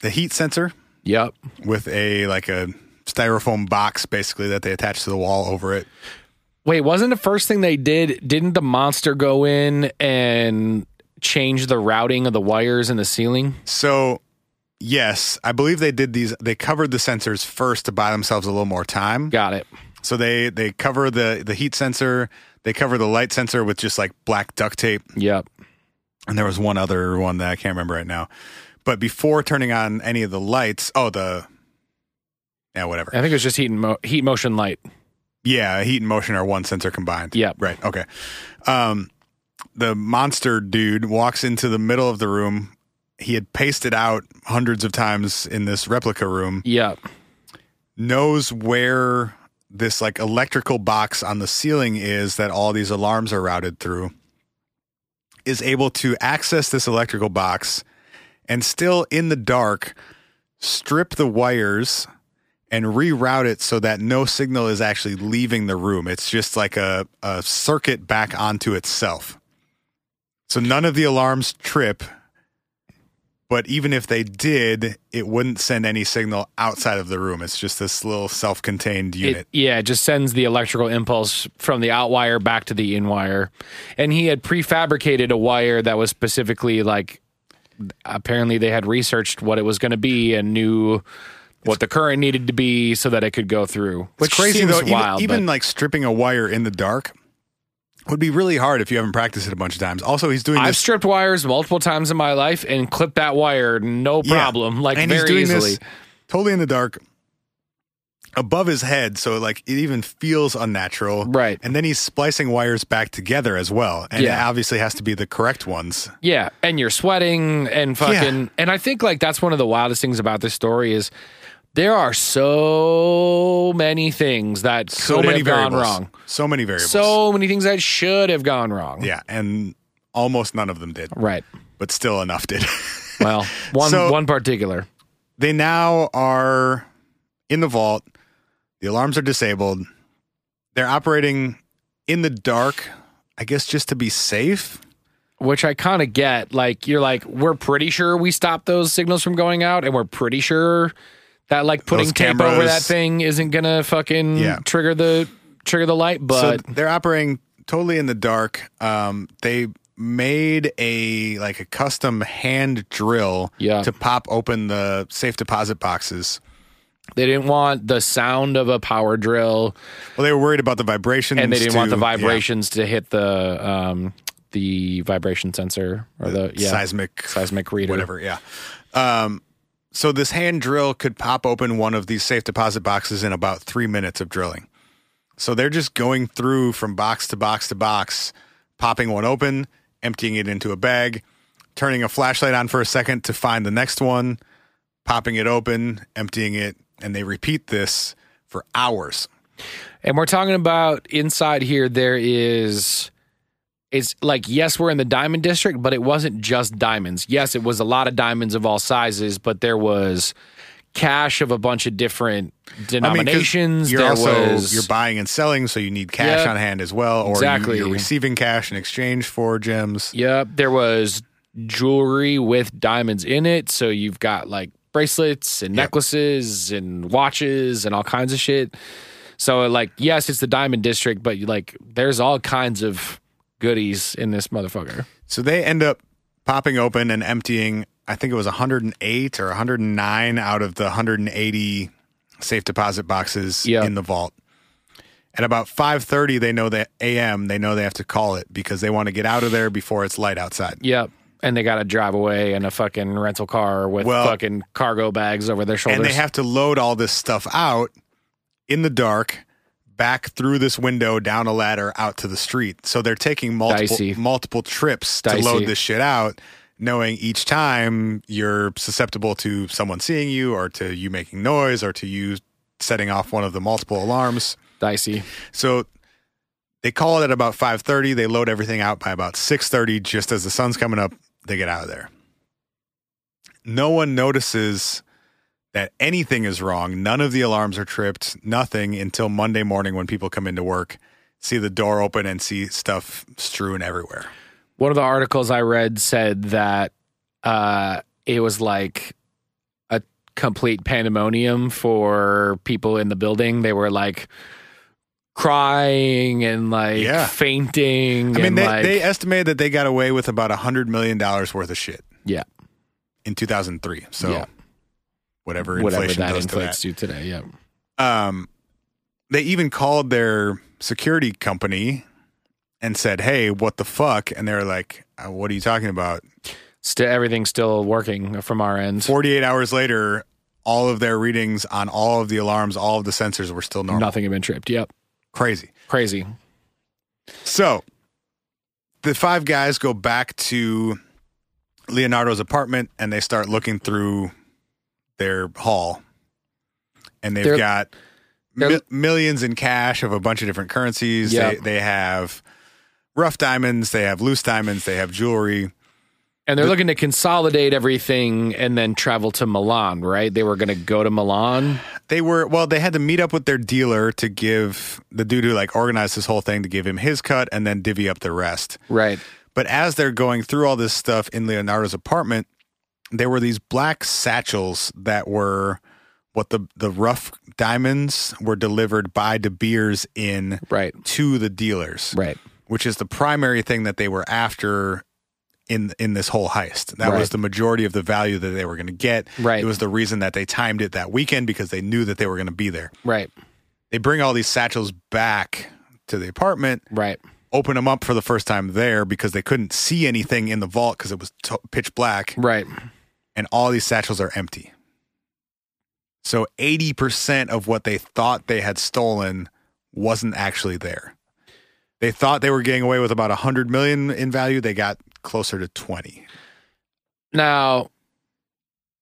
[SPEAKER 2] the heat sensor
[SPEAKER 3] Yep.
[SPEAKER 2] with a like a styrofoam box, basically that they attach to the wall over it.
[SPEAKER 3] Wait, wasn't the first thing they did? Didn't the monster go in and change the routing of the wires in the ceiling?
[SPEAKER 2] So, yes, I believe they did these. They covered the sensors first to buy themselves a little more time.
[SPEAKER 3] Got it.
[SPEAKER 2] So they they cover the the heat sensor. They cover the light sensor with just like black duct tape.
[SPEAKER 3] Yep.
[SPEAKER 2] and there was one other one that I can't remember right now. But before turning on any of the lights, oh the yeah whatever
[SPEAKER 3] I think it was just heat and mo- heat motion light.
[SPEAKER 2] yeah heat and motion are one sensor combined.
[SPEAKER 3] Yep.
[SPEAKER 2] right okay. Um, the monster dude walks into the middle of the room. He had paced it out hundreds of times in this replica room.
[SPEAKER 3] Yep.
[SPEAKER 2] Knows where this like electrical box on the ceiling is that all these alarms are routed through. is able to access this electrical box and still in the dark strip the wires and reroute it so that no signal is actually leaving the room. It's just like a, a circuit back onto itself. So none of the alarms trip, but even if they did, it wouldn't send any signal outside of the room. It's just this little self contained unit.
[SPEAKER 3] It, yeah, it just sends the electrical impulse from the out wire back to the in wire. And he had prefabricated a wire that was specifically like apparently they had researched what it was going to be and knew what the current needed to be so that it could go through. Which
[SPEAKER 2] it's crazy
[SPEAKER 3] seems
[SPEAKER 2] though. even-
[SPEAKER 3] wild.
[SPEAKER 2] even
[SPEAKER 3] but-
[SPEAKER 2] like stripping a wire in the dark would be really hard if you haven't practiced it a bunch of times. Also, he's doing
[SPEAKER 3] I've
[SPEAKER 2] this
[SPEAKER 3] stripped wires multiple times in my life and clipped that wire no
[SPEAKER 2] Yeah.
[SPEAKER 3] problem, like
[SPEAKER 2] and
[SPEAKER 3] very
[SPEAKER 2] he's doing
[SPEAKER 3] easily.
[SPEAKER 2] this totally in the dark above his head so like it even feels unnatural
[SPEAKER 3] Right.
[SPEAKER 2] and then he's splicing wires back together as well and
[SPEAKER 3] Yeah.
[SPEAKER 2] it obviously has to be the correct ones
[SPEAKER 3] Yeah, and you're sweating and fucking and I think like that's one of the wildest things about this story is there are so many things that
[SPEAKER 2] so
[SPEAKER 3] could
[SPEAKER 2] many
[SPEAKER 3] have gone
[SPEAKER 2] variables
[SPEAKER 3] wrong.
[SPEAKER 2] so many variables
[SPEAKER 3] So many things that should have gone wrong.
[SPEAKER 2] yeah and almost none of them did
[SPEAKER 3] Right.
[SPEAKER 2] but still enough did
[SPEAKER 3] Well, one
[SPEAKER 2] So-
[SPEAKER 3] one particular.
[SPEAKER 2] they now are in the vault. The alarms are disabled. They're operating in the dark, I guess just to be safe.
[SPEAKER 3] Which I kind of get. Like you're like, we're pretty sure we stopped those signals from going out, and we're pretty sure that like putting
[SPEAKER 2] Those
[SPEAKER 3] tape over
[SPEAKER 2] cameras-
[SPEAKER 3] that thing isn't gonna fucking
[SPEAKER 2] Yeah.
[SPEAKER 3] trigger the trigger the light. But
[SPEAKER 2] so they're operating totally in the dark. Um, they made a like a custom hand drill
[SPEAKER 3] Yeah.
[SPEAKER 2] to pop open the safe deposit boxes.
[SPEAKER 3] they didn't want the sound of a power drill.
[SPEAKER 2] Well, they were worried about the vibrations,
[SPEAKER 3] and they didn't want the
[SPEAKER 2] too. Yeah.
[SPEAKER 3] vibrations to hit the um the vibration sensor or the, yeah
[SPEAKER 2] seismic
[SPEAKER 3] seismic reader
[SPEAKER 2] whatever. Yeah. Um, so this hand drill could pop open one of these safe deposit boxes in about three minutes of drilling. So they're just going through from box to box to box, popping one open, emptying it into a bag, turning a flashlight on for a second to find the next one, popping it open, emptying it, and they repeat this for hours.
[SPEAKER 3] and we're talking about inside here there is it's like yes we're in the diamond district but it wasn't just diamonds yes it was a lot of diamonds of all sizes but there was cash of a bunch of different
[SPEAKER 2] 'cause
[SPEAKER 3] denominations.
[SPEAKER 2] you're
[SPEAKER 3] there
[SPEAKER 2] also
[SPEAKER 3] was
[SPEAKER 2] you're buying and selling, so you need cash
[SPEAKER 3] Yep.
[SPEAKER 2] on hand as well, or
[SPEAKER 3] Exactly.
[SPEAKER 2] you, are receiving cash in exchange for gems.
[SPEAKER 3] Yep. There was jewelry with diamonds in it. So you've got like bracelets and
[SPEAKER 2] Yep.
[SPEAKER 3] necklaces and watches and all kinds of shit. So, like, yes, it's the diamond district, but like, there's all kinds of goodies in this motherfucker.
[SPEAKER 2] So they end up popping open and emptying. I think it was 108 or 109 out of the 180 safe deposit boxes
[SPEAKER 3] Yeah.
[SPEAKER 2] in the vault. At about 5:30, they know that a.m. They know they have to call it because they want to get out of there before it's light outside.
[SPEAKER 3] Yep. And they got to drive away in a fucking rental car with
[SPEAKER 2] Well-
[SPEAKER 3] fucking cargo bags over their shoulders.
[SPEAKER 2] And they have to load all this stuff out in the dark, back through this window, down a ladder, out to the street. So they're taking multiple
[SPEAKER 3] Dicey.
[SPEAKER 2] multiple trips
[SPEAKER 3] Dicey.
[SPEAKER 2] to load this shit out, knowing each time you're susceptible to someone seeing you, or to you making noise, or to you setting off one of the multiple alarms.
[SPEAKER 3] Dicey.
[SPEAKER 2] So they call it at about 5:30. They load everything out by about 6:30 just as the sun's coming up, they get out of there. No one notices that anything is wrong. None of the alarms are tripped, nothing until Monday morning when people come into work, see the door open and see stuff strewn everywhere.
[SPEAKER 3] one of the articles I read said that uh, it was like a complete pandemonium for people in the building. They were like crying and like
[SPEAKER 2] Yeah.
[SPEAKER 3] fainting.
[SPEAKER 2] I mean,
[SPEAKER 3] and
[SPEAKER 2] they,
[SPEAKER 3] like,
[SPEAKER 2] they estimated that they got away with about $100 million worth of shit
[SPEAKER 3] yeah,
[SPEAKER 2] in 2003. So
[SPEAKER 3] Yeah.
[SPEAKER 2] whatever
[SPEAKER 3] whatever
[SPEAKER 2] inflation
[SPEAKER 3] that
[SPEAKER 2] does to that.
[SPEAKER 3] inflates to today. Yeah,
[SPEAKER 2] um, they even called their security company and said, "Hey, what the fuck?" And they're like, uh, "What are you talking about?"
[SPEAKER 3] still everything's still working from our end.
[SPEAKER 2] Forty-eight hours later, all of their readings on all of the alarms, all of the sensors were still normal.
[SPEAKER 3] Nothing had been tripped. Yep,
[SPEAKER 2] Crazy.
[SPEAKER 3] crazy.
[SPEAKER 2] So the five guys go back to Leonardo's apartment and they start looking through their haul. And they've
[SPEAKER 3] They're-
[SPEAKER 2] got
[SPEAKER 3] they're-
[SPEAKER 2] mil- millions in cash of a bunch of different currencies.
[SPEAKER 3] Yeah.
[SPEAKER 2] They, they have rough diamonds, they have loose diamonds, they have jewelry.
[SPEAKER 3] And they're looking to consolidate everything and then travel to Milan, right? They were going to go to Milan.
[SPEAKER 2] They were, well, they had to meet up with their dealer to give the dude who like organized this whole thing to give him his cut and then divvy up the rest.
[SPEAKER 3] Right.
[SPEAKER 2] But as they're going through all this stuff in Leonardo's apartment, there were these black satchels that were what the the rough diamonds were delivered by De Beers in
[SPEAKER 3] Right.
[SPEAKER 2] to the dealers,
[SPEAKER 3] Right.
[SPEAKER 2] which is the primary thing that they were after in in this whole heist. That was
[SPEAKER 3] Right.
[SPEAKER 2] the majority of the value that they were going to get.
[SPEAKER 3] Right.
[SPEAKER 2] It was the reason that they timed it that weekend because they knew that they were going to be there.
[SPEAKER 3] Right.
[SPEAKER 2] They bring all these satchels back to the apartment
[SPEAKER 3] Right.
[SPEAKER 2] open them up for the first time there because they couldn't see anything in the vault because it was to pitch black
[SPEAKER 3] Right.
[SPEAKER 2] and all these satchels are empty. So 80% of what they thought they had stolen wasn't actually there. They thought they were getting away with about 100 million in value, they got closer to 20.
[SPEAKER 3] Now,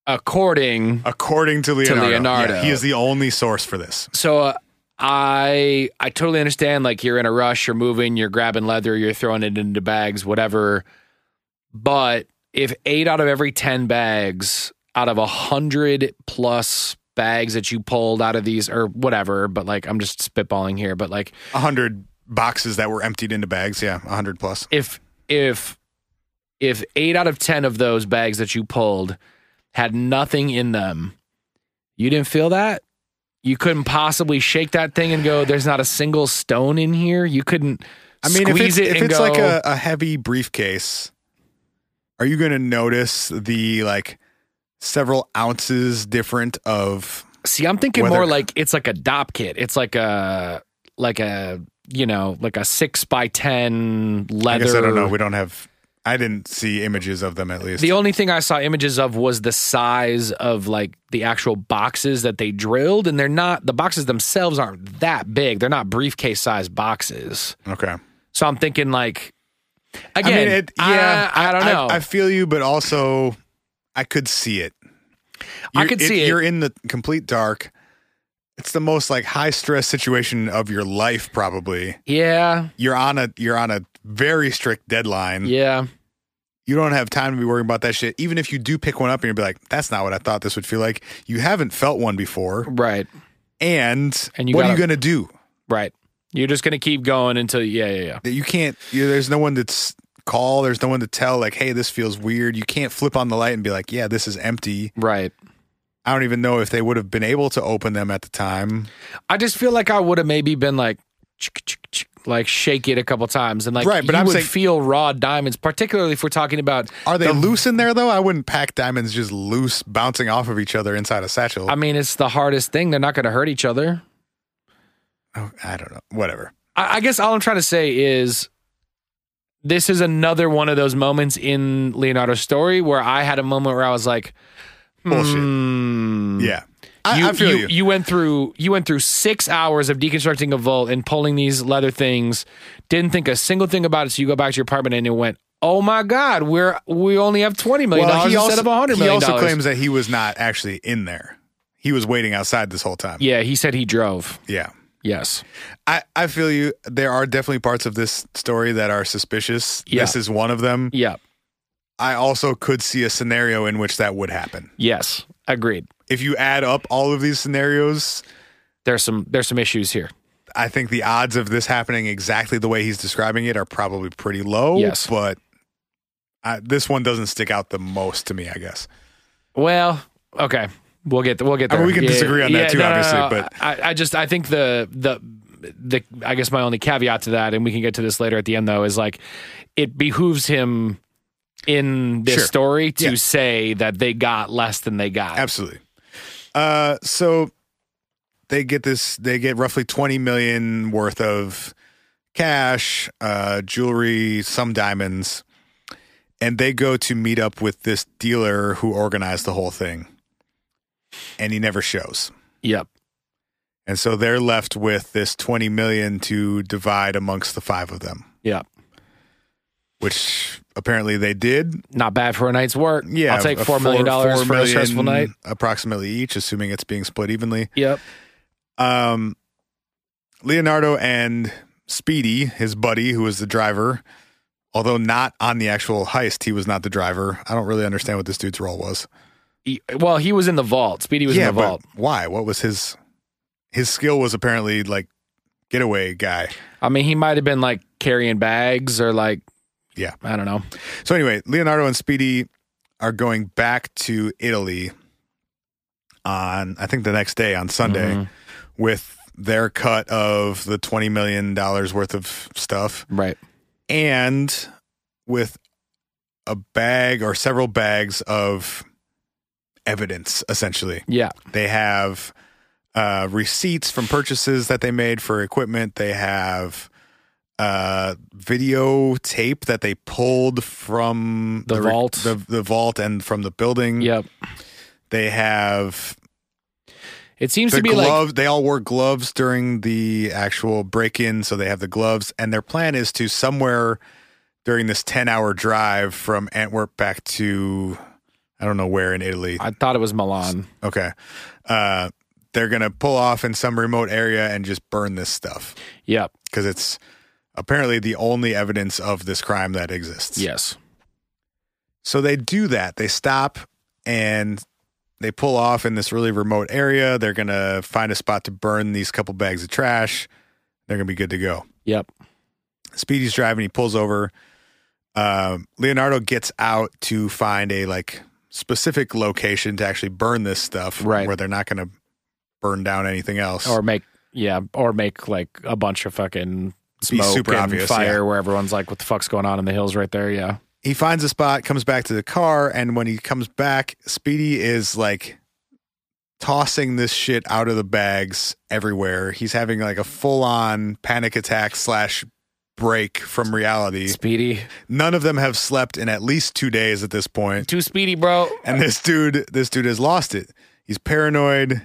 [SPEAKER 3] according
[SPEAKER 2] According to Leonardo,
[SPEAKER 3] Leonardo.
[SPEAKER 2] Yeah, he is the only source for this.
[SPEAKER 3] so uh, I I totally understand like you're in a rush, you're moving, you're grabbing leather, you're throwing it into bags, whatever. But if 8 out of every 10 bags out of a 100 plus bags that you pulled out of these or whatever, but like I'm just spitballing here, but like
[SPEAKER 2] 100 boxes that were emptied into bags, yeah, 100 plus.
[SPEAKER 3] if if if eight out of ten of those bags that you pulled had nothing in them, you didn't feel that. You couldn't possibly shake that thing and go. There's not a single stone in here. You couldn't.
[SPEAKER 2] I mean, if
[SPEAKER 3] squeeze
[SPEAKER 2] it's, if
[SPEAKER 3] it and
[SPEAKER 2] it's
[SPEAKER 3] go,
[SPEAKER 2] like a, a heavy briefcase, are you going to notice the like several ounces different of?
[SPEAKER 3] See, I'm thinking
[SPEAKER 2] Whether-
[SPEAKER 3] more like it's like a dop kit. It's like a like a you know like a six by ten
[SPEAKER 2] I
[SPEAKER 3] leather.
[SPEAKER 2] guess I don't know. We don't have. I didn't see images of them at least.
[SPEAKER 3] The only thing I saw images of was the size of like the actual boxes that they drilled, and they're not the boxes themselves aren't that big. They're not briefcase size boxes.
[SPEAKER 2] okay.
[SPEAKER 3] So I'm thinking like again, I yeah, I, don't know.
[SPEAKER 2] I, feel you, but also I could see it.
[SPEAKER 3] I
[SPEAKER 2] You're-
[SPEAKER 3] could see it.
[SPEAKER 2] You're in the complete dark. It's the most like high stress situation of your life, probably.
[SPEAKER 3] yeah,
[SPEAKER 2] Mm. You're on a you're on a very strict deadline.
[SPEAKER 3] yeah,
[SPEAKER 2] You don't have time to be worrying about that shit. Even if you do pick one up and you'll be like, that's not what I thought this would feel like. You haven't felt one before.
[SPEAKER 3] Right.
[SPEAKER 2] And,
[SPEAKER 3] And you
[SPEAKER 2] what are
[SPEAKER 3] gotta-
[SPEAKER 2] you going to do?
[SPEAKER 3] Right. You're just gonna keep going until yeah, yeah, yeah.
[SPEAKER 2] That You can't, you, there's no one that's call. There's no one to tell, like, hey, this feels weird. You can't flip on the light and be like, yeah, this is empty.
[SPEAKER 3] Right.
[SPEAKER 2] I don't even know if they would have been able to open them at the time.
[SPEAKER 3] I just feel like I would have maybe been like, chick, chick, chick, like shake it a couple times and like
[SPEAKER 2] Right, but
[SPEAKER 3] you
[SPEAKER 2] I'm
[SPEAKER 3] would
[SPEAKER 2] saying-
[SPEAKER 3] feel raw diamonds, particularly if we're talking about.
[SPEAKER 2] Are they
[SPEAKER 3] the-
[SPEAKER 2] loose in there though? I wouldn't pack diamonds just loose, bouncing off of each other inside a satchel.
[SPEAKER 3] I mean, it's the hardest thing. They're not going to hurt each other.
[SPEAKER 2] Oh, I don't know. Whatever.
[SPEAKER 3] I, I guess all I'm trying to say is this is another one of those moments in Leonardo's story where I had a moment where I was like,
[SPEAKER 2] Bullshit.
[SPEAKER 3] hmm.
[SPEAKER 2] Yeah, I,
[SPEAKER 3] you,
[SPEAKER 2] I feel you.
[SPEAKER 3] you. went through you went through six hours of deconstructing a vault and pulling these leather things. Didn't think a single thing about it. So you go back to your apartment and it went, "Oh my god, we're we only have twenty million
[SPEAKER 2] Well,
[SPEAKER 3] dollars
[SPEAKER 2] he
[SPEAKER 3] instead
[SPEAKER 2] also,
[SPEAKER 3] of a hundred
[SPEAKER 2] he
[SPEAKER 3] million
[SPEAKER 2] also
[SPEAKER 3] dollars."
[SPEAKER 2] claims that he was not actually in there. He was waiting outside this whole time.
[SPEAKER 3] yeah, he said he drove.
[SPEAKER 2] Yeah.
[SPEAKER 3] Yes,
[SPEAKER 2] I, I feel you. There are definitely parts of this story that are suspicious.
[SPEAKER 3] Yeah.
[SPEAKER 2] This is one of them.
[SPEAKER 3] yeah,
[SPEAKER 2] I also could see a scenario in which that would happen.
[SPEAKER 3] yes, agreed.
[SPEAKER 2] If you add up all of these scenarios,
[SPEAKER 3] There's some there's some issues here.
[SPEAKER 2] I think the odds of this happening exactly the way he's describing it are probably pretty low.
[SPEAKER 3] Yes.
[SPEAKER 2] But I, this one doesn't stick out the most to me, I guess.
[SPEAKER 3] Well, okay, we'll get we'll get
[SPEAKER 2] I
[SPEAKER 3] there.
[SPEAKER 2] mean, we can disagree on that too, obviously, but-
[SPEAKER 3] I, I just I think the the the I guess my only caveat to that, and we can get to this later at the end though, is like it behooves him in this
[SPEAKER 2] Sure.
[SPEAKER 3] story to
[SPEAKER 2] Yeah.
[SPEAKER 3] say that they got less than they got.
[SPEAKER 2] Absolutely. Uh, so they get this. They get roughly twenty million worth of cash, uh, jewelry, some diamonds, and they go to meet up with this dealer who organized the whole thing, and he never shows.
[SPEAKER 3] Yep.
[SPEAKER 2] And so they're left with this twenty million to divide amongst the five of them,
[SPEAKER 3] Yep.
[SPEAKER 2] which apparently they did.
[SPEAKER 3] Not bad for a night's work.
[SPEAKER 2] Yeah,
[SPEAKER 3] I'll take
[SPEAKER 2] a
[SPEAKER 3] four million dollars
[SPEAKER 2] four
[SPEAKER 3] for a
[SPEAKER 2] million
[SPEAKER 3] stressful night.
[SPEAKER 2] approximately each, assuming it's being split evenly.
[SPEAKER 3] Yep.
[SPEAKER 2] um, Leonardo and Speedy, his buddy, who was the driver, although not on the actual heist, he was not the driver. I don't really understand what this dude's role was.
[SPEAKER 3] He- well, he was in the vault. Speedy was
[SPEAKER 2] yeah,
[SPEAKER 3] in the vault.
[SPEAKER 2] but why? What was his his skill? Was apparently like getaway guy.
[SPEAKER 3] I mean, he might have been like carrying bags or like
[SPEAKER 2] Yeah.
[SPEAKER 3] I don't know.
[SPEAKER 2] So anyway, Leonardo and Speedy are going back to Italy on I think the next day on Sunday
[SPEAKER 3] Mhm.
[SPEAKER 2] with their cut of the twenty million dollars worth of stuff.
[SPEAKER 3] Right.
[SPEAKER 2] and with a bag or several bags of evidence essentially
[SPEAKER 3] Yeah.
[SPEAKER 2] they have uh, receipts from purchases that they made for equipment they have uh video tape that they pulled from
[SPEAKER 3] The
[SPEAKER 2] re-
[SPEAKER 3] vault.
[SPEAKER 2] the, the vault and from the building
[SPEAKER 3] Yep.
[SPEAKER 2] they have
[SPEAKER 3] It seems
[SPEAKER 2] the
[SPEAKER 3] to be like
[SPEAKER 2] gloves they all wore gloves during the actual break-in so they have the gloves and their plan is to somewhere during this 10-hour drive from antwerp back to i don't know where in italy
[SPEAKER 3] I thought it was Milan.
[SPEAKER 2] okay uh, they're gonna pull off in some remote area and just burn this stuff
[SPEAKER 3] Yep.
[SPEAKER 2] because it's apparently the only evidence of this crime that exists
[SPEAKER 3] Yes.
[SPEAKER 2] So they do that. They stop and they pull off in this really remote area. They're going to find a spot to burn these couple bags of trash. They're going to be good to go.
[SPEAKER 3] Yep.
[SPEAKER 2] Speedy's driving. He pulls over. Um, Leonardo gets out to find a like specific location to actually burn this stuff
[SPEAKER 3] Right.
[SPEAKER 2] where they're not going to burn down anything else.
[SPEAKER 3] Or make yeah, or make like a bunch of fucking
[SPEAKER 2] Be
[SPEAKER 3] smoke
[SPEAKER 2] super
[SPEAKER 3] and
[SPEAKER 2] obvious,
[SPEAKER 3] fire
[SPEAKER 2] yeah.
[SPEAKER 3] where everyone's like, what the fuck's going on in the hills right there? Yeah.
[SPEAKER 2] he finds a spot, comes back to the car, and when he comes back, Speedy is like tossing this shit out of the bags everywhere. He's having like a full on panic attack slash break from reality.
[SPEAKER 3] Speedy.
[SPEAKER 2] None of them have slept in at least two days at this point.
[SPEAKER 3] Too speedy, bro.
[SPEAKER 2] And this dude, this dude has lost it. He's paranoid.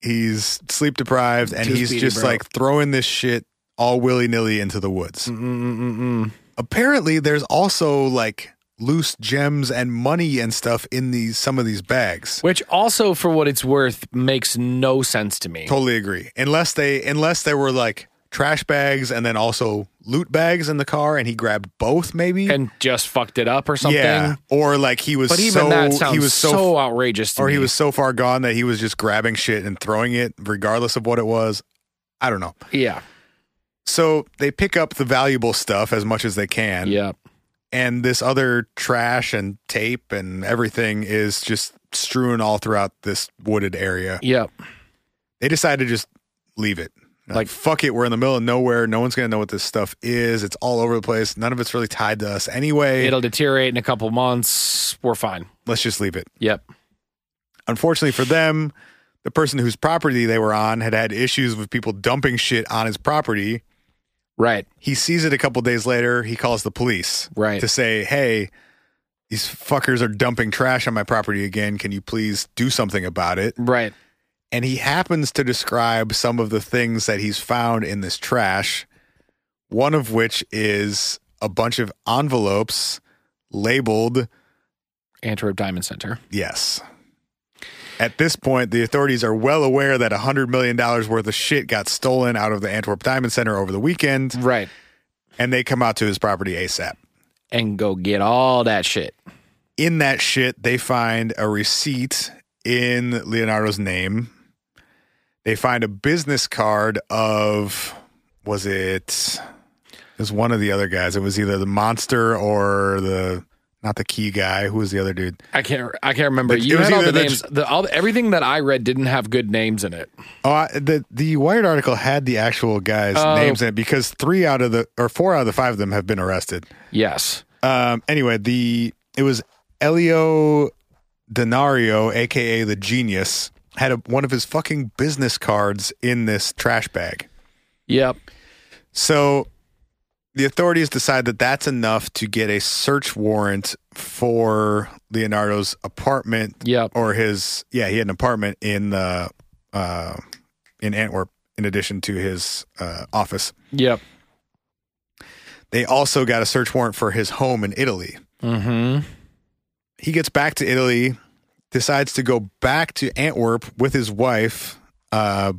[SPEAKER 2] He's sleep deprived, and
[SPEAKER 3] Too
[SPEAKER 2] he's
[SPEAKER 3] speedy,
[SPEAKER 2] just
[SPEAKER 3] bro.
[SPEAKER 2] like throwing this shit all willy nilly into the woods
[SPEAKER 3] Mm, Mm-mm-mm-mm.
[SPEAKER 2] apparently there's also like loose gems and money and stuff in these some of these bags
[SPEAKER 3] Which also, for what it's worth, makes no sense to me.
[SPEAKER 2] totally agree unless they unless they were like trash bags and then also loot bags in the car, and he grabbed both, maybe.
[SPEAKER 3] and just fucked it up or something.
[SPEAKER 2] Yeah, or like he was
[SPEAKER 3] But even
[SPEAKER 2] so
[SPEAKER 3] that sounds
[SPEAKER 2] he was so,
[SPEAKER 3] outrageous. To
[SPEAKER 2] or he
[SPEAKER 3] me.
[SPEAKER 2] was so far gone that he was just grabbing shit and throwing it regardless of what it was. I don't know.
[SPEAKER 3] yeah,
[SPEAKER 2] So they pick up the valuable stuff as much as they can.
[SPEAKER 3] yeah.
[SPEAKER 2] And this other trash and tape and everything is just strewn all throughout this wooded area.
[SPEAKER 3] Yep.
[SPEAKER 2] They decide to just leave it. Like,
[SPEAKER 3] Like-
[SPEAKER 2] fuck it, we're in the middle of nowhere. No one's gonna know what this stuff is. It's all over the place. None of it's really tied to us anyway.
[SPEAKER 3] It'll deteriorate in a couple months. We're fine.
[SPEAKER 2] Let's just leave it.
[SPEAKER 3] Yep.
[SPEAKER 2] Unfortunately for them, the person whose property they were on had had issues with people dumping shit on his property.
[SPEAKER 3] Right.
[SPEAKER 2] He sees it a couple days later. He calls the police
[SPEAKER 3] Right.
[SPEAKER 2] to say, hey, these fuckers are dumping trash on my property again. Can you please do something about it?
[SPEAKER 3] Right.
[SPEAKER 2] And he happens to describe some of the things that he's found in this trash, one of which is a bunch of envelopes labeled
[SPEAKER 3] Antwerp Diamond Center.
[SPEAKER 2] Yes. At this point, the authorities are well aware that $100 million worth of shit got stolen out of the Antwerp Diamond Center over the weekend,
[SPEAKER 3] Right.
[SPEAKER 2] and they come out to his property ASAP.
[SPEAKER 3] And go get all that shit.
[SPEAKER 2] In that shit, they find a receipt in Leonardo's name. They find a business card of, was it, it was one of the other guys. It was either the monster or the, not the key guy. Who was the other dude?
[SPEAKER 3] I can't. I can't remember.
[SPEAKER 2] It- it
[SPEAKER 3] you
[SPEAKER 2] was
[SPEAKER 3] had all
[SPEAKER 2] either
[SPEAKER 3] the
[SPEAKER 2] the-
[SPEAKER 3] names. The, all, everything that I read didn't have good names in it.
[SPEAKER 2] Oh, I, the the Wired article had the actual guys'
[SPEAKER 3] Oh.
[SPEAKER 2] names in it because three out of the or four out of the five of them have been arrested.
[SPEAKER 3] Yes.
[SPEAKER 2] Um, anyway, the it was Elio Denario, aka the Genius, had a, one of his fucking business cards in this trash bag.
[SPEAKER 3] Yep.
[SPEAKER 2] So the authorities decide that that's enough to get a search warrant for Leonardo's apartment
[SPEAKER 3] Yep.
[SPEAKER 2] or his yeah he had an apartment in the uh in antwerp in addition to his uh office
[SPEAKER 3] Yep.
[SPEAKER 2] they also got a search warrant for his home in italy
[SPEAKER 3] Mm-hmm.
[SPEAKER 2] he gets back to italy decides to go back to antwerp with his wife uh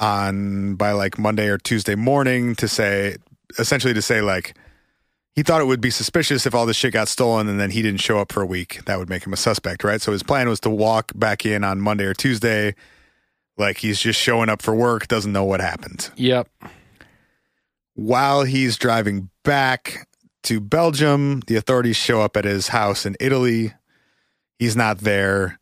[SPEAKER 2] on by like monday or tuesday morning to say essentially to say like he thought it would be suspicious if all this shit got stolen and then he didn't show up for a week. That would make him a suspect, right? So his plan was to walk back in on Monday or Tuesday. Like he's just showing up for work, doesn't know what happened.
[SPEAKER 3] Yep.
[SPEAKER 2] While he's driving back to Belgium, the authorities show up at his house in Italy. He's not there.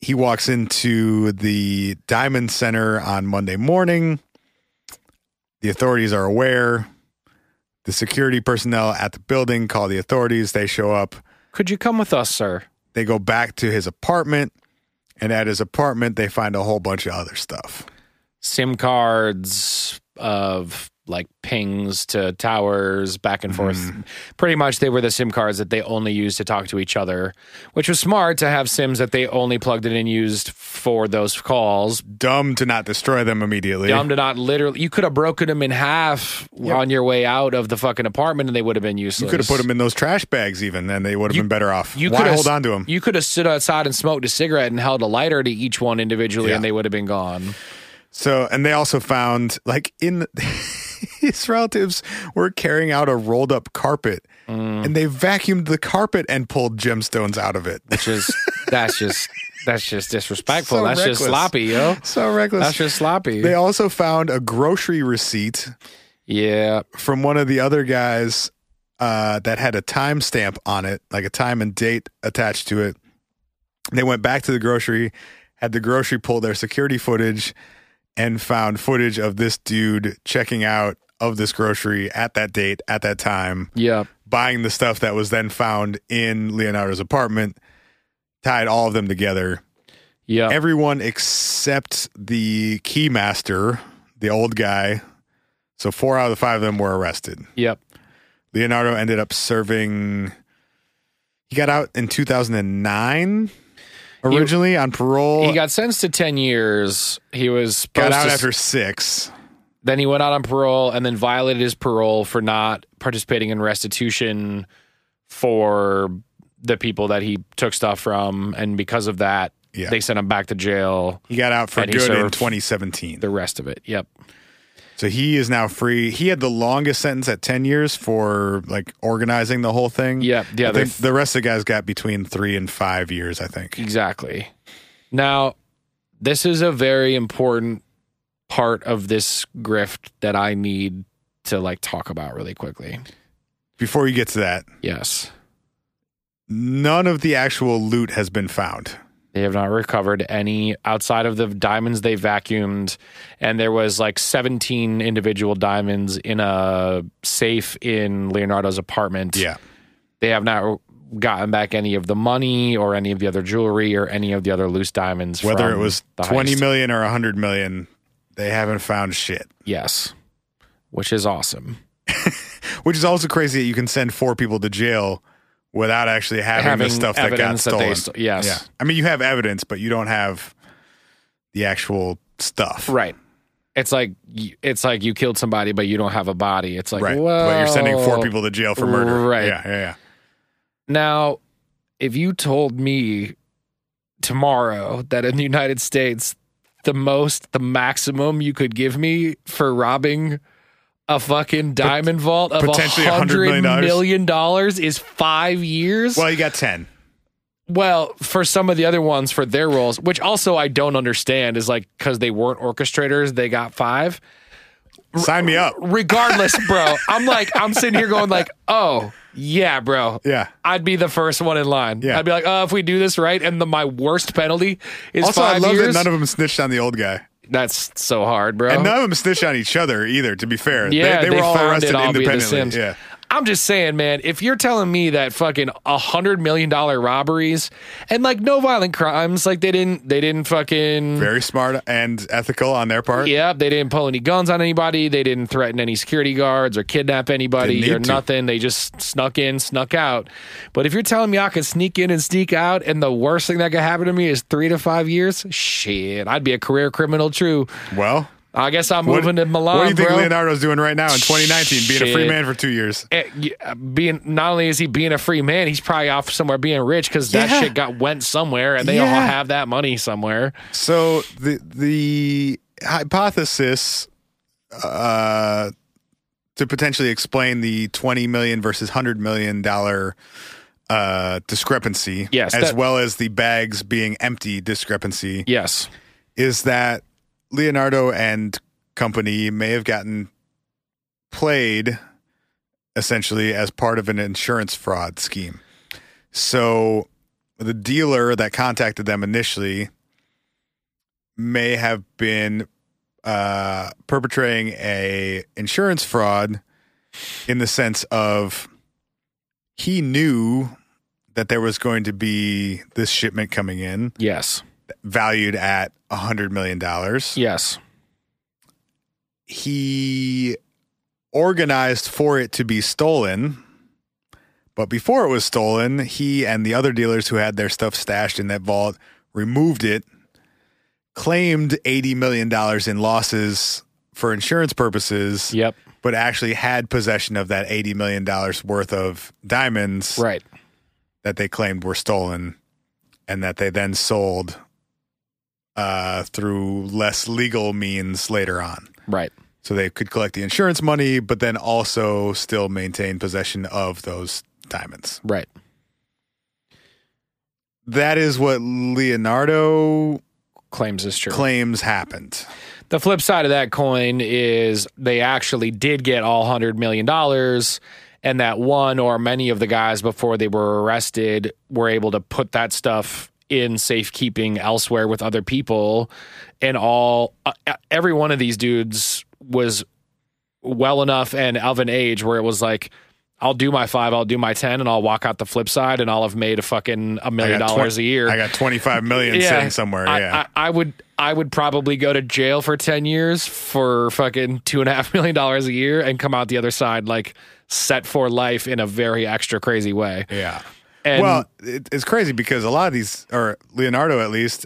[SPEAKER 2] He walks into the Diamond Center on Monday morning. The authorities are aware. The security personnel at the building call the authorities. They show up.
[SPEAKER 3] Could you come with us, sir?
[SPEAKER 2] They go back to his apartment. And at his apartment, they find a whole bunch of other stuff.
[SPEAKER 3] SIM cards of like pings to towers back and forth.
[SPEAKER 2] Mm-hmm.
[SPEAKER 3] Pretty much they were the SIM cards that they only used to talk to each other, which was smart to have SIMs that they only plugged in and used for those calls.
[SPEAKER 2] Dumb to not destroy them immediately.
[SPEAKER 3] Dumb to not literally, you could have broken them in half on your way out of the fucking apartment and they would have been useless.
[SPEAKER 2] You could have put them in those trash bags even, and they would have
[SPEAKER 3] You-
[SPEAKER 2] been better off.
[SPEAKER 3] You
[SPEAKER 2] Why
[SPEAKER 3] coulda
[SPEAKER 2] hold
[SPEAKER 3] s-
[SPEAKER 2] on to them?
[SPEAKER 3] You could have stood outside and smoked a cigarette and held a lighter to each one individually,
[SPEAKER 2] Yeah.
[SPEAKER 3] and they would have been gone.
[SPEAKER 2] So, and they also found like in his relatives were carrying out a rolled up carpet,
[SPEAKER 3] Mm.
[SPEAKER 2] and they vacuumed the carpet and pulled gemstones out of it.
[SPEAKER 3] Which is that's just that's just disrespectful.
[SPEAKER 2] So
[SPEAKER 3] that's
[SPEAKER 2] reckless.
[SPEAKER 3] just sloppy, yo.
[SPEAKER 2] so reckless.
[SPEAKER 3] That's just sloppy.
[SPEAKER 2] They also found a grocery receipt
[SPEAKER 3] yeah,
[SPEAKER 2] from one of the other guys uh, that had a timestamp on it, like a time and date attached to it. They went back to the grocery, had the grocery pull their security footage, and found footage of this dude checking out of this grocery at that date, at that time,
[SPEAKER 3] yeah,
[SPEAKER 2] buying the stuff that was then found in Leonardo's apartment, tied all of them together.
[SPEAKER 3] yeah.
[SPEAKER 2] Everyone except the keymaster, the old guy. So four out of the five of them were arrested.
[SPEAKER 3] yep.
[SPEAKER 2] Leonardo ended up serving. He got out in 2009 originally on parole.
[SPEAKER 3] He got sentenced to ten years. He was supposed
[SPEAKER 2] Got out
[SPEAKER 3] to,
[SPEAKER 2] after six.
[SPEAKER 3] Then he went out on parole and then violated his parole for not participating in restitution for the people that he took stuff from, and because of that,
[SPEAKER 2] Yeah.
[SPEAKER 3] they sent him back to jail.
[SPEAKER 2] He got out for
[SPEAKER 3] And he
[SPEAKER 2] good in
[SPEAKER 3] served-
[SPEAKER 2] 2017.
[SPEAKER 3] The rest of it. Yep.
[SPEAKER 2] So he is now free. He had the longest sentence at 10 years for like organizing the whole thing.
[SPEAKER 3] Yeah, yeah,
[SPEAKER 2] I think
[SPEAKER 3] they've- Mm.
[SPEAKER 2] the rest of the guys got between three and five years, I think.
[SPEAKER 3] Exactly. Now, this is a very important part of this grift that I need to like talk about really quickly.
[SPEAKER 2] Before you get to that,
[SPEAKER 3] Yes.
[SPEAKER 2] none of the actual loot has been found.
[SPEAKER 3] They have not recovered any outside of the diamonds they vacuumed. And there was like 17 individual diamonds in a safe in Leonardo's apartment.
[SPEAKER 2] Yeah.
[SPEAKER 3] They have not gotten back any of the money or any of the other jewelry or any of the other loose diamonds.
[SPEAKER 2] Whether it
[SPEAKER 3] from
[SPEAKER 2] was
[SPEAKER 3] the
[SPEAKER 2] twenty
[SPEAKER 3] heist.
[SPEAKER 2] million or a 100 million, they haven't found shit.
[SPEAKER 3] Yes. Which is awesome.
[SPEAKER 2] Which is also crazy that you can send four people to jail without actually having, the stuff that got
[SPEAKER 3] evidence that
[SPEAKER 2] stolen.
[SPEAKER 3] they sto- yes.
[SPEAKER 2] Yeah. I mean, you have evidence, but you don't have the actual stuff.
[SPEAKER 3] Right. It's like y- it's like you killed somebody, but you don't have a body. It's like
[SPEAKER 2] right.
[SPEAKER 3] well,
[SPEAKER 2] But you're sending four people to jail for murder.
[SPEAKER 3] Right.
[SPEAKER 2] Yeah. Yeah. yeah.
[SPEAKER 3] Now, if you told me tomorrow that in the United States, the most, the maximum you could give me for robbing a fucking diamond vault of
[SPEAKER 2] potentially $100
[SPEAKER 3] $100
[SPEAKER 2] million
[SPEAKER 3] million dollars is five years.
[SPEAKER 2] Well, you got 10.
[SPEAKER 3] Well, for some of the other ones for their roles, which also I don't understand, is like because they weren't orchestrators, they got five.
[SPEAKER 2] Sign me up.
[SPEAKER 3] Regardless, bro, I'm like, I'm sitting here going like, oh yeah, bro,
[SPEAKER 2] Yeah.
[SPEAKER 3] I'd be the first one in line.
[SPEAKER 2] Yeah.
[SPEAKER 3] I'd be like, oh, if we do this right, and the, my worst penalty is
[SPEAKER 2] Also,
[SPEAKER 3] five
[SPEAKER 2] I love
[SPEAKER 3] years.
[SPEAKER 2] that none of them snitched on the old guy.
[SPEAKER 3] That's so hard, bro.
[SPEAKER 2] And none of them snitched on each other either, to be fair.
[SPEAKER 3] Yeah,
[SPEAKER 2] they, they were all
[SPEAKER 3] found
[SPEAKER 2] arrested
[SPEAKER 3] it all via The Sims.
[SPEAKER 2] independently. Yeah.
[SPEAKER 3] I'm just saying, man, if you're telling me that fucking a hundred million dollar robberies and like no violent crimes, like they didn't they didn't fucking
[SPEAKER 2] Very smart and ethical on their part.
[SPEAKER 3] Yeah, they didn't pull any guns on anybody. They didn't threaten any security guards or kidnap
[SPEAKER 2] Didn't
[SPEAKER 3] anybody
[SPEAKER 2] need
[SPEAKER 3] or
[SPEAKER 2] to.
[SPEAKER 3] nothing. They just snuck in, snuck out. But if you're telling me I could sneak in and sneak out, and the worst thing that could happen to me is three to five years, shit, I'd be a career criminal. True.
[SPEAKER 2] Well,
[SPEAKER 3] I guess I'm
[SPEAKER 2] what,
[SPEAKER 3] moving to Milan,
[SPEAKER 2] what do you think
[SPEAKER 3] bro.
[SPEAKER 2] Leonardo's doing right now in 2019, being a free
[SPEAKER 3] Shit.
[SPEAKER 2] man for two years?
[SPEAKER 3] Eh, yeah, being not only is he being a free man, he's probably off somewhere being rich because that
[SPEAKER 2] Yeah.
[SPEAKER 3] shit got went somewhere, and they all
[SPEAKER 2] Yeah.
[SPEAKER 3] have that money somewhere.
[SPEAKER 2] So the the hypothesis uh, to potentially explain the 20 million versus 100 million dollar uh, discrepancy,
[SPEAKER 3] Yes,
[SPEAKER 2] as
[SPEAKER 3] that-
[SPEAKER 2] well as the bags being empty discrepancy,
[SPEAKER 3] Yes,
[SPEAKER 2] is that Leonardo and company may have gotten played essentially as part of an insurance fraud scheme. So the dealer that contacted them initially may have been uh, perpetrating a insurance fraud in the sense of he knew that there was going to be this shipment coming in
[SPEAKER 3] yes,
[SPEAKER 2] valued at a hundred million dollars.
[SPEAKER 3] yes,
[SPEAKER 2] He organized for it to be stolen, but before it was stolen, he and the other dealers who had their stuff stashed in that vault removed it, claimed eighty million dollars in losses for insurance purposes,
[SPEAKER 3] yep,
[SPEAKER 2] but actually had possession of that eighty million dollars worth of diamonds
[SPEAKER 3] right.
[SPEAKER 2] that they claimed were stolen and that they then sold uh, through less legal means later on.
[SPEAKER 3] Right.
[SPEAKER 2] So they could collect the insurance money, but then also still maintain possession of those diamonds.
[SPEAKER 3] Right.
[SPEAKER 2] That is what Leonardo
[SPEAKER 3] Claims is true.
[SPEAKER 2] claims happened.
[SPEAKER 3] the flip side of that coin is they actually did get all hundred million dollars, and that one or many of the guys before they were arrested were able to put that stuff in safekeeping elsewhere with other people, and all uh, every one of these dudes was well enough and of an age where it was like. I'll do my five, I'll do my ten, and I'll walk out the flip side, and I'll have made a fucking a
[SPEAKER 2] I
[SPEAKER 3] million
[SPEAKER 2] got
[SPEAKER 3] dollars
[SPEAKER 2] twen-
[SPEAKER 3] a year.
[SPEAKER 2] I got 25 million sitting somewhere.
[SPEAKER 3] I,
[SPEAKER 2] yeah.
[SPEAKER 3] I, I would I would probably go to jail for ten years for fucking two and a half million dollars a year and come out the other side like set for life in a very extra crazy way.
[SPEAKER 2] yeah.
[SPEAKER 3] And
[SPEAKER 2] well, it, it's crazy because a lot of these, or Leonardo at least,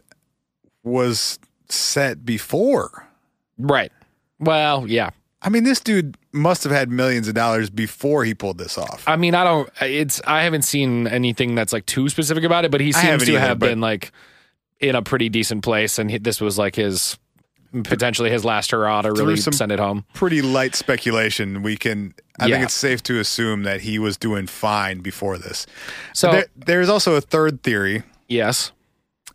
[SPEAKER 2] was set before.
[SPEAKER 3] right. Well, yeah.
[SPEAKER 2] I mean, this dude must have had millions of dollars before he pulled this off.
[SPEAKER 3] I mean, I don't. It's I haven't seen anything that's like too specific about it, but he seems
[SPEAKER 2] haven't
[SPEAKER 3] to
[SPEAKER 2] either,
[SPEAKER 3] have
[SPEAKER 2] but-
[SPEAKER 3] been like in a pretty decent place, and he, this was like his potentially his last hurrah to really
[SPEAKER 2] some-
[SPEAKER 3] send it home.
[SPEAKER 2] Pretty light speculation. We can. I
[SPEAKER 3] Yeah.
[SPEAKER 2] think it's safe to assume that he was doing fine before this.
[SPEAKER 3] So
[SPEAKER 2] there, there's also a third theory
[SPEAKER 3] yes,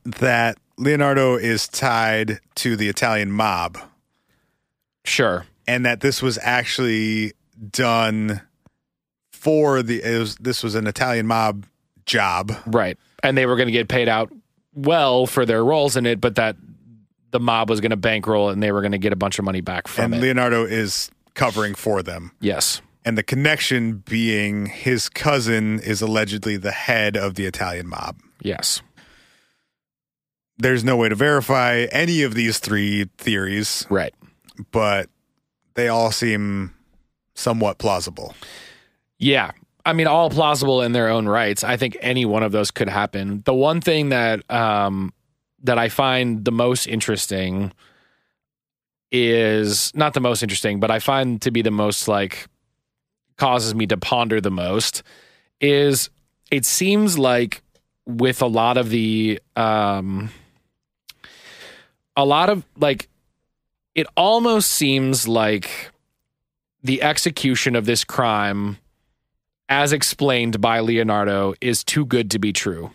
[SPEAKER 2] that Leonardo is tied to the Italian mob
[SPEAKER 3] sure,
[SPEAKER 2] and that this was actually done for the it was, this was an Italian mob job.
[SPEAKER 3] right, and they were going to get paid out well for their roles in it, but that the mob was going to bankroll it, and they were going to get a bunch of money back from
[SPEAKER 2] and
[SPEAKER 3] it.
[SPEAKER 2] Leonardo is covering for them.
[SPEAKER 3] yes,
[SPEAKER 2] And the connection being his cousin is allegedly the head of the Italian mob.
[SPEAKER 3] yes,
[SPEAKER 2] There's no way to verify any of these three theories,
[SPEAKER 3] right.
[SPEAKER 2] but they all seem somewhat plausible.
[SPEAKER 3] Yeah. I mean, all plausible in their own rights. I think any one of those could happen. The one thing that um, that I find the most interesting is not the most interesting, but I find to be the most like causes me to ponder the most is it seems like with a lot of the um, a lot of like it almost seems like the execution of this crime as explained by Leonardo, is too good to be true.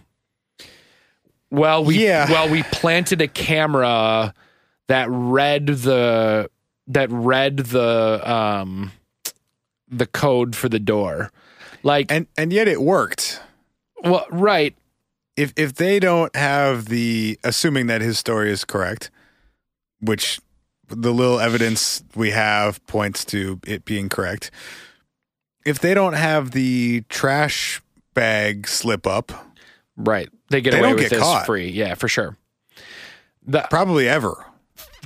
[SPEAKER 3] Well, we
[SPEAKER 2] Yeah.
[SPEAKER 3] well we planted a camera that read the that read the um the code for the door, like
[SPEAKER 2] And and yet it worked.
[SPEAKER 3] well right
[SPEAKER 2] If if they don't have the assuming that his story is correct, which the little evidence we have points to it being correct. If they don't have the trash bag slip up,
[SPEAKER 3] right they get
[SPEAKER 2] They
[SPEAKER 3] away
[SPEAKER 2] don't
[SPEAKER 3] with
[SPEAKER 2] get
[SPEAKER 3] this
[SPEAKER 2] caught.
[SPEAKER 3] free yeah for sure. The,
[SPEAKER 2] probably ever.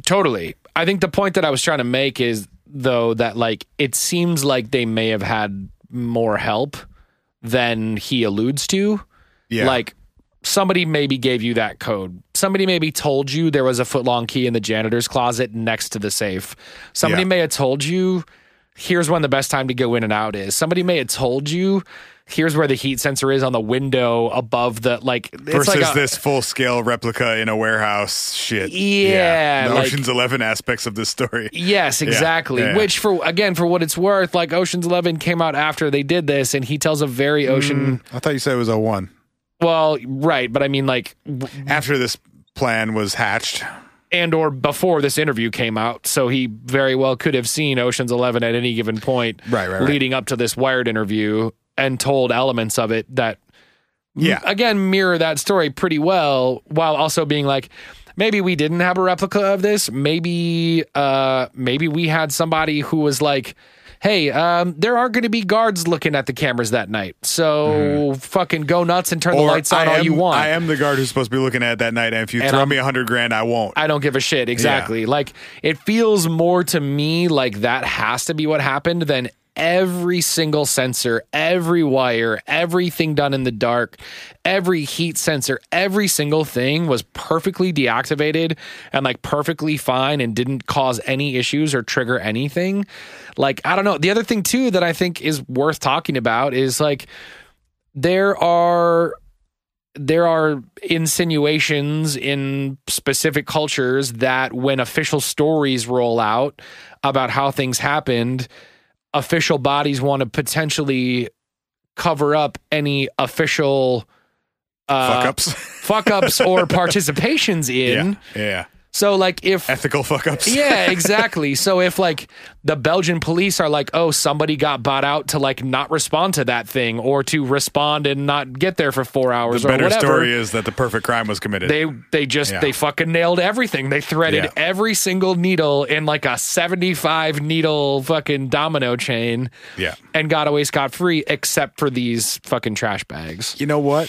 [SPEAKER 3] totally. I think the point that I was trying to make is though that like it seems like they may have had more help than he alludes to.
[SPEAKER 2] Yeah.
[SPEAKER 3] Like somebody maybe gave you that code. Somebody maybe told you there was a footlong key in the janitor's closet next to the safe. Somebody
[SPEAKER 2] Yeah.
[SPEAKER 3] may have told you here's when the best time to go in and out is. Somebody may have told you here's where the heat sensor is on the window above the like it's
[SPEAKER 2] versus
[SPEAKER 3] like a-
[SPEAKER 2] this full scale replica in a warehouse shit.
[SPEAKER 3] Yeah,
[SPEAKER 2] The
[SPEAKER 3] like-
[SPEAKER 2] Ocean's Eleven aspects of this story.
[SPEAKER 3] Yes, exactly.
[SPEAKER 2] yeah.
[SPEAKER 3] Which for again, for what it's worth, like Ocean's Eleven came out after they did this, and he tells a very ocean.
[SPEAKER 2] I thought you said it was a one.
[SPEAKER 3] Well, right, but I mean, like, w-
[SPEAKER 2] After this plan was hatched.
[SPEAKER 3] and or before this interview came out, so he very well could have seen Ocean's Eleven at any given point,
[SPEAKER 2] Right, right, right.
[SPEAKER 3] leading up to this Wired interview, and told elements of it that
[SPEAKER 2] Yeah.
[SPEAKER 3] again mirror that story pretty well while also being like maybe we didn't have a replica of this maybe uh maybe we had somebody who was like hey um there are going to be guards looking at the cameras that night so fucking go nuts and turn the lights on
[SPEAKER 2] Mm-hmm. I
[SPEAKER 3] all
[SPEAKER 2] am,
[SPEAKER 3] you want
[SPEAKER 2] I am the guard who's supposed to be looking at it that night, and if you
[SPEAKER 3] And
[SPEAKER 2] throw
[SPEAKER 3] I'm-
[SPEAKER 2] me a hundred grand, I won't.
[SPEAKER 3] I don't give a shit. Exactly. Like it feels more to me like that has to be what happened than every single sensor, every wire, everything done in the dark, every heat sensor, every single thing was perfectly deactivated and like perfectly fine and didn't cause any issues or trigger anything. Like I don't know. The other thing too that I think is worth talking about is like there are there are insinuations in specific cultures that when official stories roll out about how things happened, official bodies want to potentially cover up any official uh,
[SPEAKER 2] fuck ups.
[SPEAKER 3] fuck ups or participations in.
[SPEAKER 2] yeah. Yeah.
[SPEAKER 3] So, like, if
[SPEAKER 2] Ethical fuck ups.
[SPEAKER 3] yeah, exactly. So if like the Belgian police are like, oh, somebody got bought out to like not respond to that thing or to respond and not get there for four hours
[SPEAKER 2] The
[SPEAKER 3] or
[SPEAKER 2] better
[SPEAKER 3] whatever.
[SPEAKER 2] story is that the perfect crime was committed.
[SPEAKER 3] they they just
[SPEAKER 2] Yeah.
[SPEAKER 3] they fucking nailed everything. They threaded
[SPEAKER 2] Yeah.
[SPEAKER 3] every single needle in like a seventy five needle fucking domino chain
[SPEAKER 2] yeah.
[SPEAKER 3] and got away scot free, except for these fucking trash bags.
[SPEAKER 2] You know what?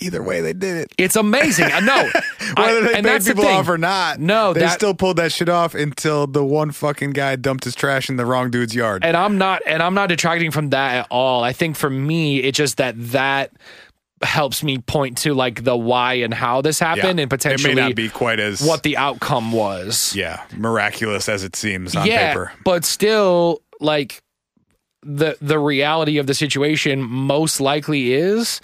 [SPEAKER 2] Either way, they did it.
[SPEAKER 3] It's amazing. I know.
[SPEAKER 2] Whether
[SPEAKER 3] I-
[SPEAKER 2] they
[SPEAKER 3] and
[SPEAKER 2] paid
[SPEAKER 3] that's the
[SPEAKER 2] people
[SPEAKER 3] thing.
[SPEAKER 2] off or not,
[SPEAKER 3] No,
[SPEAKER 2] they
[SPEAKER 3] that-
[SPEAKER 2] still pulled that shit off until the one fucking guy dumped his trash in the wrong dude's yard.
[SPEAKER 3] and I'm not and I'm not detracting from that at all. I think for me, it's just that that helps me point to like the why and how this
[SPEAKER 2] Yeah.
[SPEAKER 3] happened and
[SPEAKER 2] it may not
[SPEAKER 3] potentially
[SPEAKER 2] be quite as
[SPEAKER 3] what the outcome was.
[SPEAKER 2] yeah miraculous as it seems on paper.
[SPEAKER 3] but still, like the the reality of the situation most likely is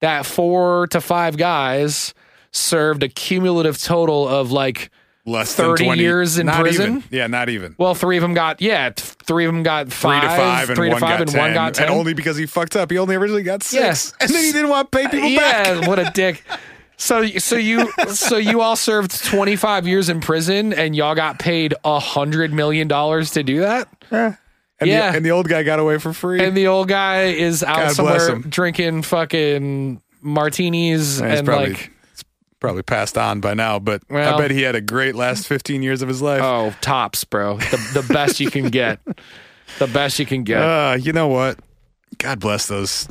[SPEAKER 3] that four to five guys served a cumulative total of like
[SPEAKER 2] less
[SPEAKER 3] 30
[SPEAKER 2] than 20
[SPEAKER 3] years in
[SPEAKER 2] not
[SPEAKER 3] prison?
[SPEAKER 2] even. Yeah, not even.
[SPEAKER 3] Well, three of them got yeah, th- three of them got
[SPEAKER 2] Three
[SPEAKER 3] five,
[SPEAKER 2] to five and,
[SPEAKER 3] three to
[SPEAKER 2] one,
[SPEAKER 3] five,
[SPEAKER 2] got
[SPEAKER 3] and one
[SPEAKER 2] 10.
[SPEAKER 3] got ten.
[SPEAKER 2] And only because he fucked up. He only originally got six.
[SPEAKER 3] Yeah.
[SPEAKER 2] And then he didn't want to pay people back.
[SPEAKER 3] yeah, what a dick. So so you so you all served 25 years in prison and y'all got paid a hundred million dollars to do that.
[SPEAKER 2] And,
[SPEAKER 3] Yeah.
[SPEAKER 2] the, and the old guy got away for free.
[SPEAKER 3] And the old guy is out
[SPEAKER 2] God bless
[SPEAKER 3] somewhere
[SPEAKER 2] him.
[SPEAKER 3] drinking fucking martinis
[SPEAKER 2] And
[SPEAKER 3] and,
[SPEAKER 2] he's probably,
[SPEAKER 3] like
[SPEAKER 2] he's probably passed on by now, but
[SPEAKER 3] Well-
[SPEAKER 2] I bet he had a great last 15 years of his life.
[SPEAKER 3] oh tops, bro. The the best you can get. The best you can get.
[SPEAKER 2] Uh, you know what? God bless those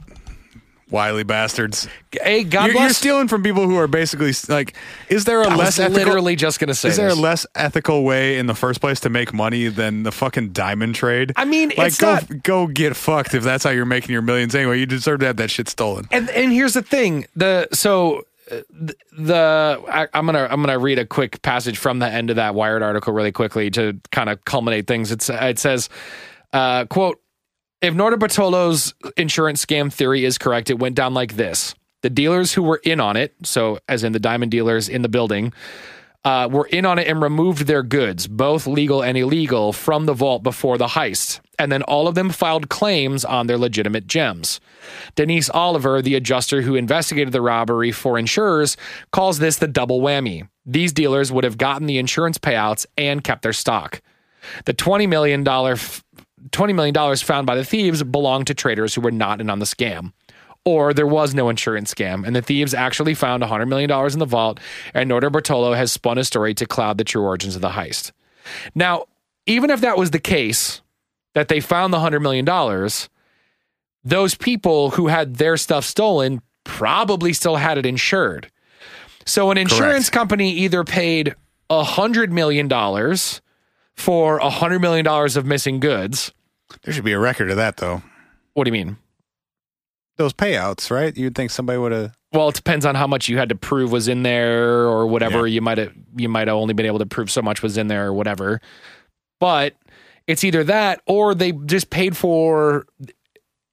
[SPEAKER 2] wily bastards.
[SPEAKER 3] hey, God
[SPEAKER 2] you're,
[SPEAKER 3] bless.
[SPEAKER 2] you're stealing from people who are basically like, is there a
[SPEAKER 3] I
[SPEAKER 2] less
[SPEAKER 3] was
[SPEAKER 2] ethical?
[SPEAKER 3] literally just gonna say
[SPEAKER 2] is there a
[SPEAKER 3] this.
[SPEAKER 2] less ethical way in the first place to make money than the fucking diamond trade?
[SPEAKER 3] I mean,
[SPEAKER 2] like
[SPEAKER 3] it's
[SPEAKER 2] go
[SPEAKER 3] not-
[SPEAKER 2] go get fucked if that's how you're making your millions anyway. You deserve to have that shit stolen.
[SPEAKER 3] and and here's the thing the so uh, th- the I, I'm gonna I'm gonna read a quick passage from the end of that Wired article really quickly to kind of culminate things. It's it says, uh, quote. If Norda Bartolo's insurance scam theory is correct, it went down like this. The dealers who were in on it, so as in the diamond dealers in the building, uh, were in on it and removed their goods, both legal and illegal, from the vault before the heist. And then all of them filed claims on their legitimate gems. Denise Oliver, the adjuster who investigated the robbery for insurers, calls this the double whammy. These dealers would have gotten the insurance payouts and kept their stock. The $20 million, f- $20 million found by the thieves belonged to traders who were not in on the scam. Or there was no insurance scam, and the thieves actually found $100 million in the vault, and Norder Bertolo has spun a story to cloud the true origins of the heist. Now, even if that was the case, that they found the $100 million, those people who had their stuff stolen probably still had it insured. So an insurance company either paid $100 million for $100 million of missing goods.
[SPEAKER 2] There should be a record of that though.
[SPEAKER 3] What do you mean?
[SPEAKER 2] Those payouts, right? You'd think somebody would have.
[SPEAKER 3] Well, it depends on how much you had to prove was in there or whatever. You might have you might have only been able to prove so much was in there or whatever. But it's either that or they just paid for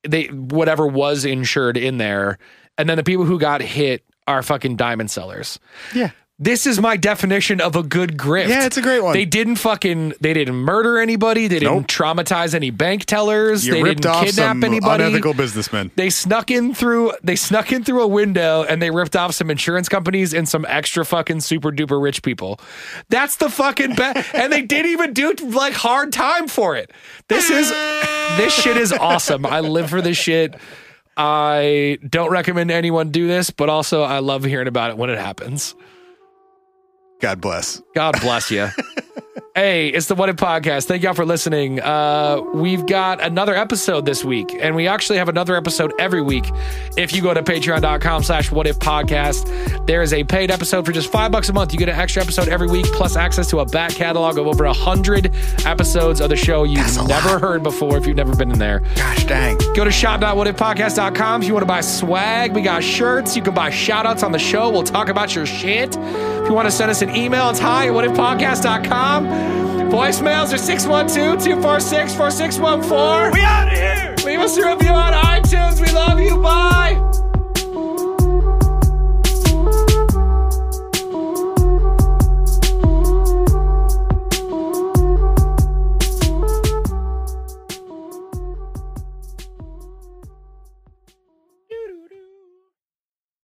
[SPEAKER 3] they whatever was insured in there. And then the people who got hit are fucking diamond sellers.
[SPEAKER 2] Yeah,
[SPEAKER 3] This is my definition of a good grift.
[SPEAKER 2] yeah, it's a great one.
[SPEAKER 3] They didn't fucking. They didn't murder anybody. They didn't
[SPEAKER 2] Nope.
[SPEAKER 3] traumatize any bank tellers.
[SPEAKER 2] you
[SPEAKER 3] they
[SPEAKER 2] ripped
[SPEAKER 3] didn't
[SPEAKER 2] off
[SPEAKER 3] kidnap
[SPEAKER 2] some
[SPEAKER 3] anybody.
[SPEAKER 2] unethical businessmen.
[SPEAKER 3] They snuck in through. They snuck in through a window and they ripped off some insurance companies and some extra fucking super duper rich people. That's the fucking best. and they didn't even do like hard time for it. This is this shit is awesome. I live for this shit. I don't recommend anyone do this, but also I love hearing about it when it happens.
[SPEAKER 2] God bless.
[SPEAKER 3] God bless you. hey, it's the What If Podcast. Thank y'all for listening. Uh, we've got another episode this week, and we actually have another episode every week. If you go to patreon.com slash what if podcast, there is a paid episode for just five bucks a month. You get an extra episode every week, plus access to a back catalog of over a hundred episodes of the show you've never heard before if you've never been in there.
[SPEAKER 2] Gosh dang.
[SPEAKER 3] Go to shop.whatifpodcast.com if you want to buy swag. We got shirts. You can buy shout outs on the show. We'll talk about your shit. If you want to send us an email, it's hi at whatifpodcast.com. Voicemails are 612 246 4614. We out of here. Leave us a review on iTunes. We love you. Bye.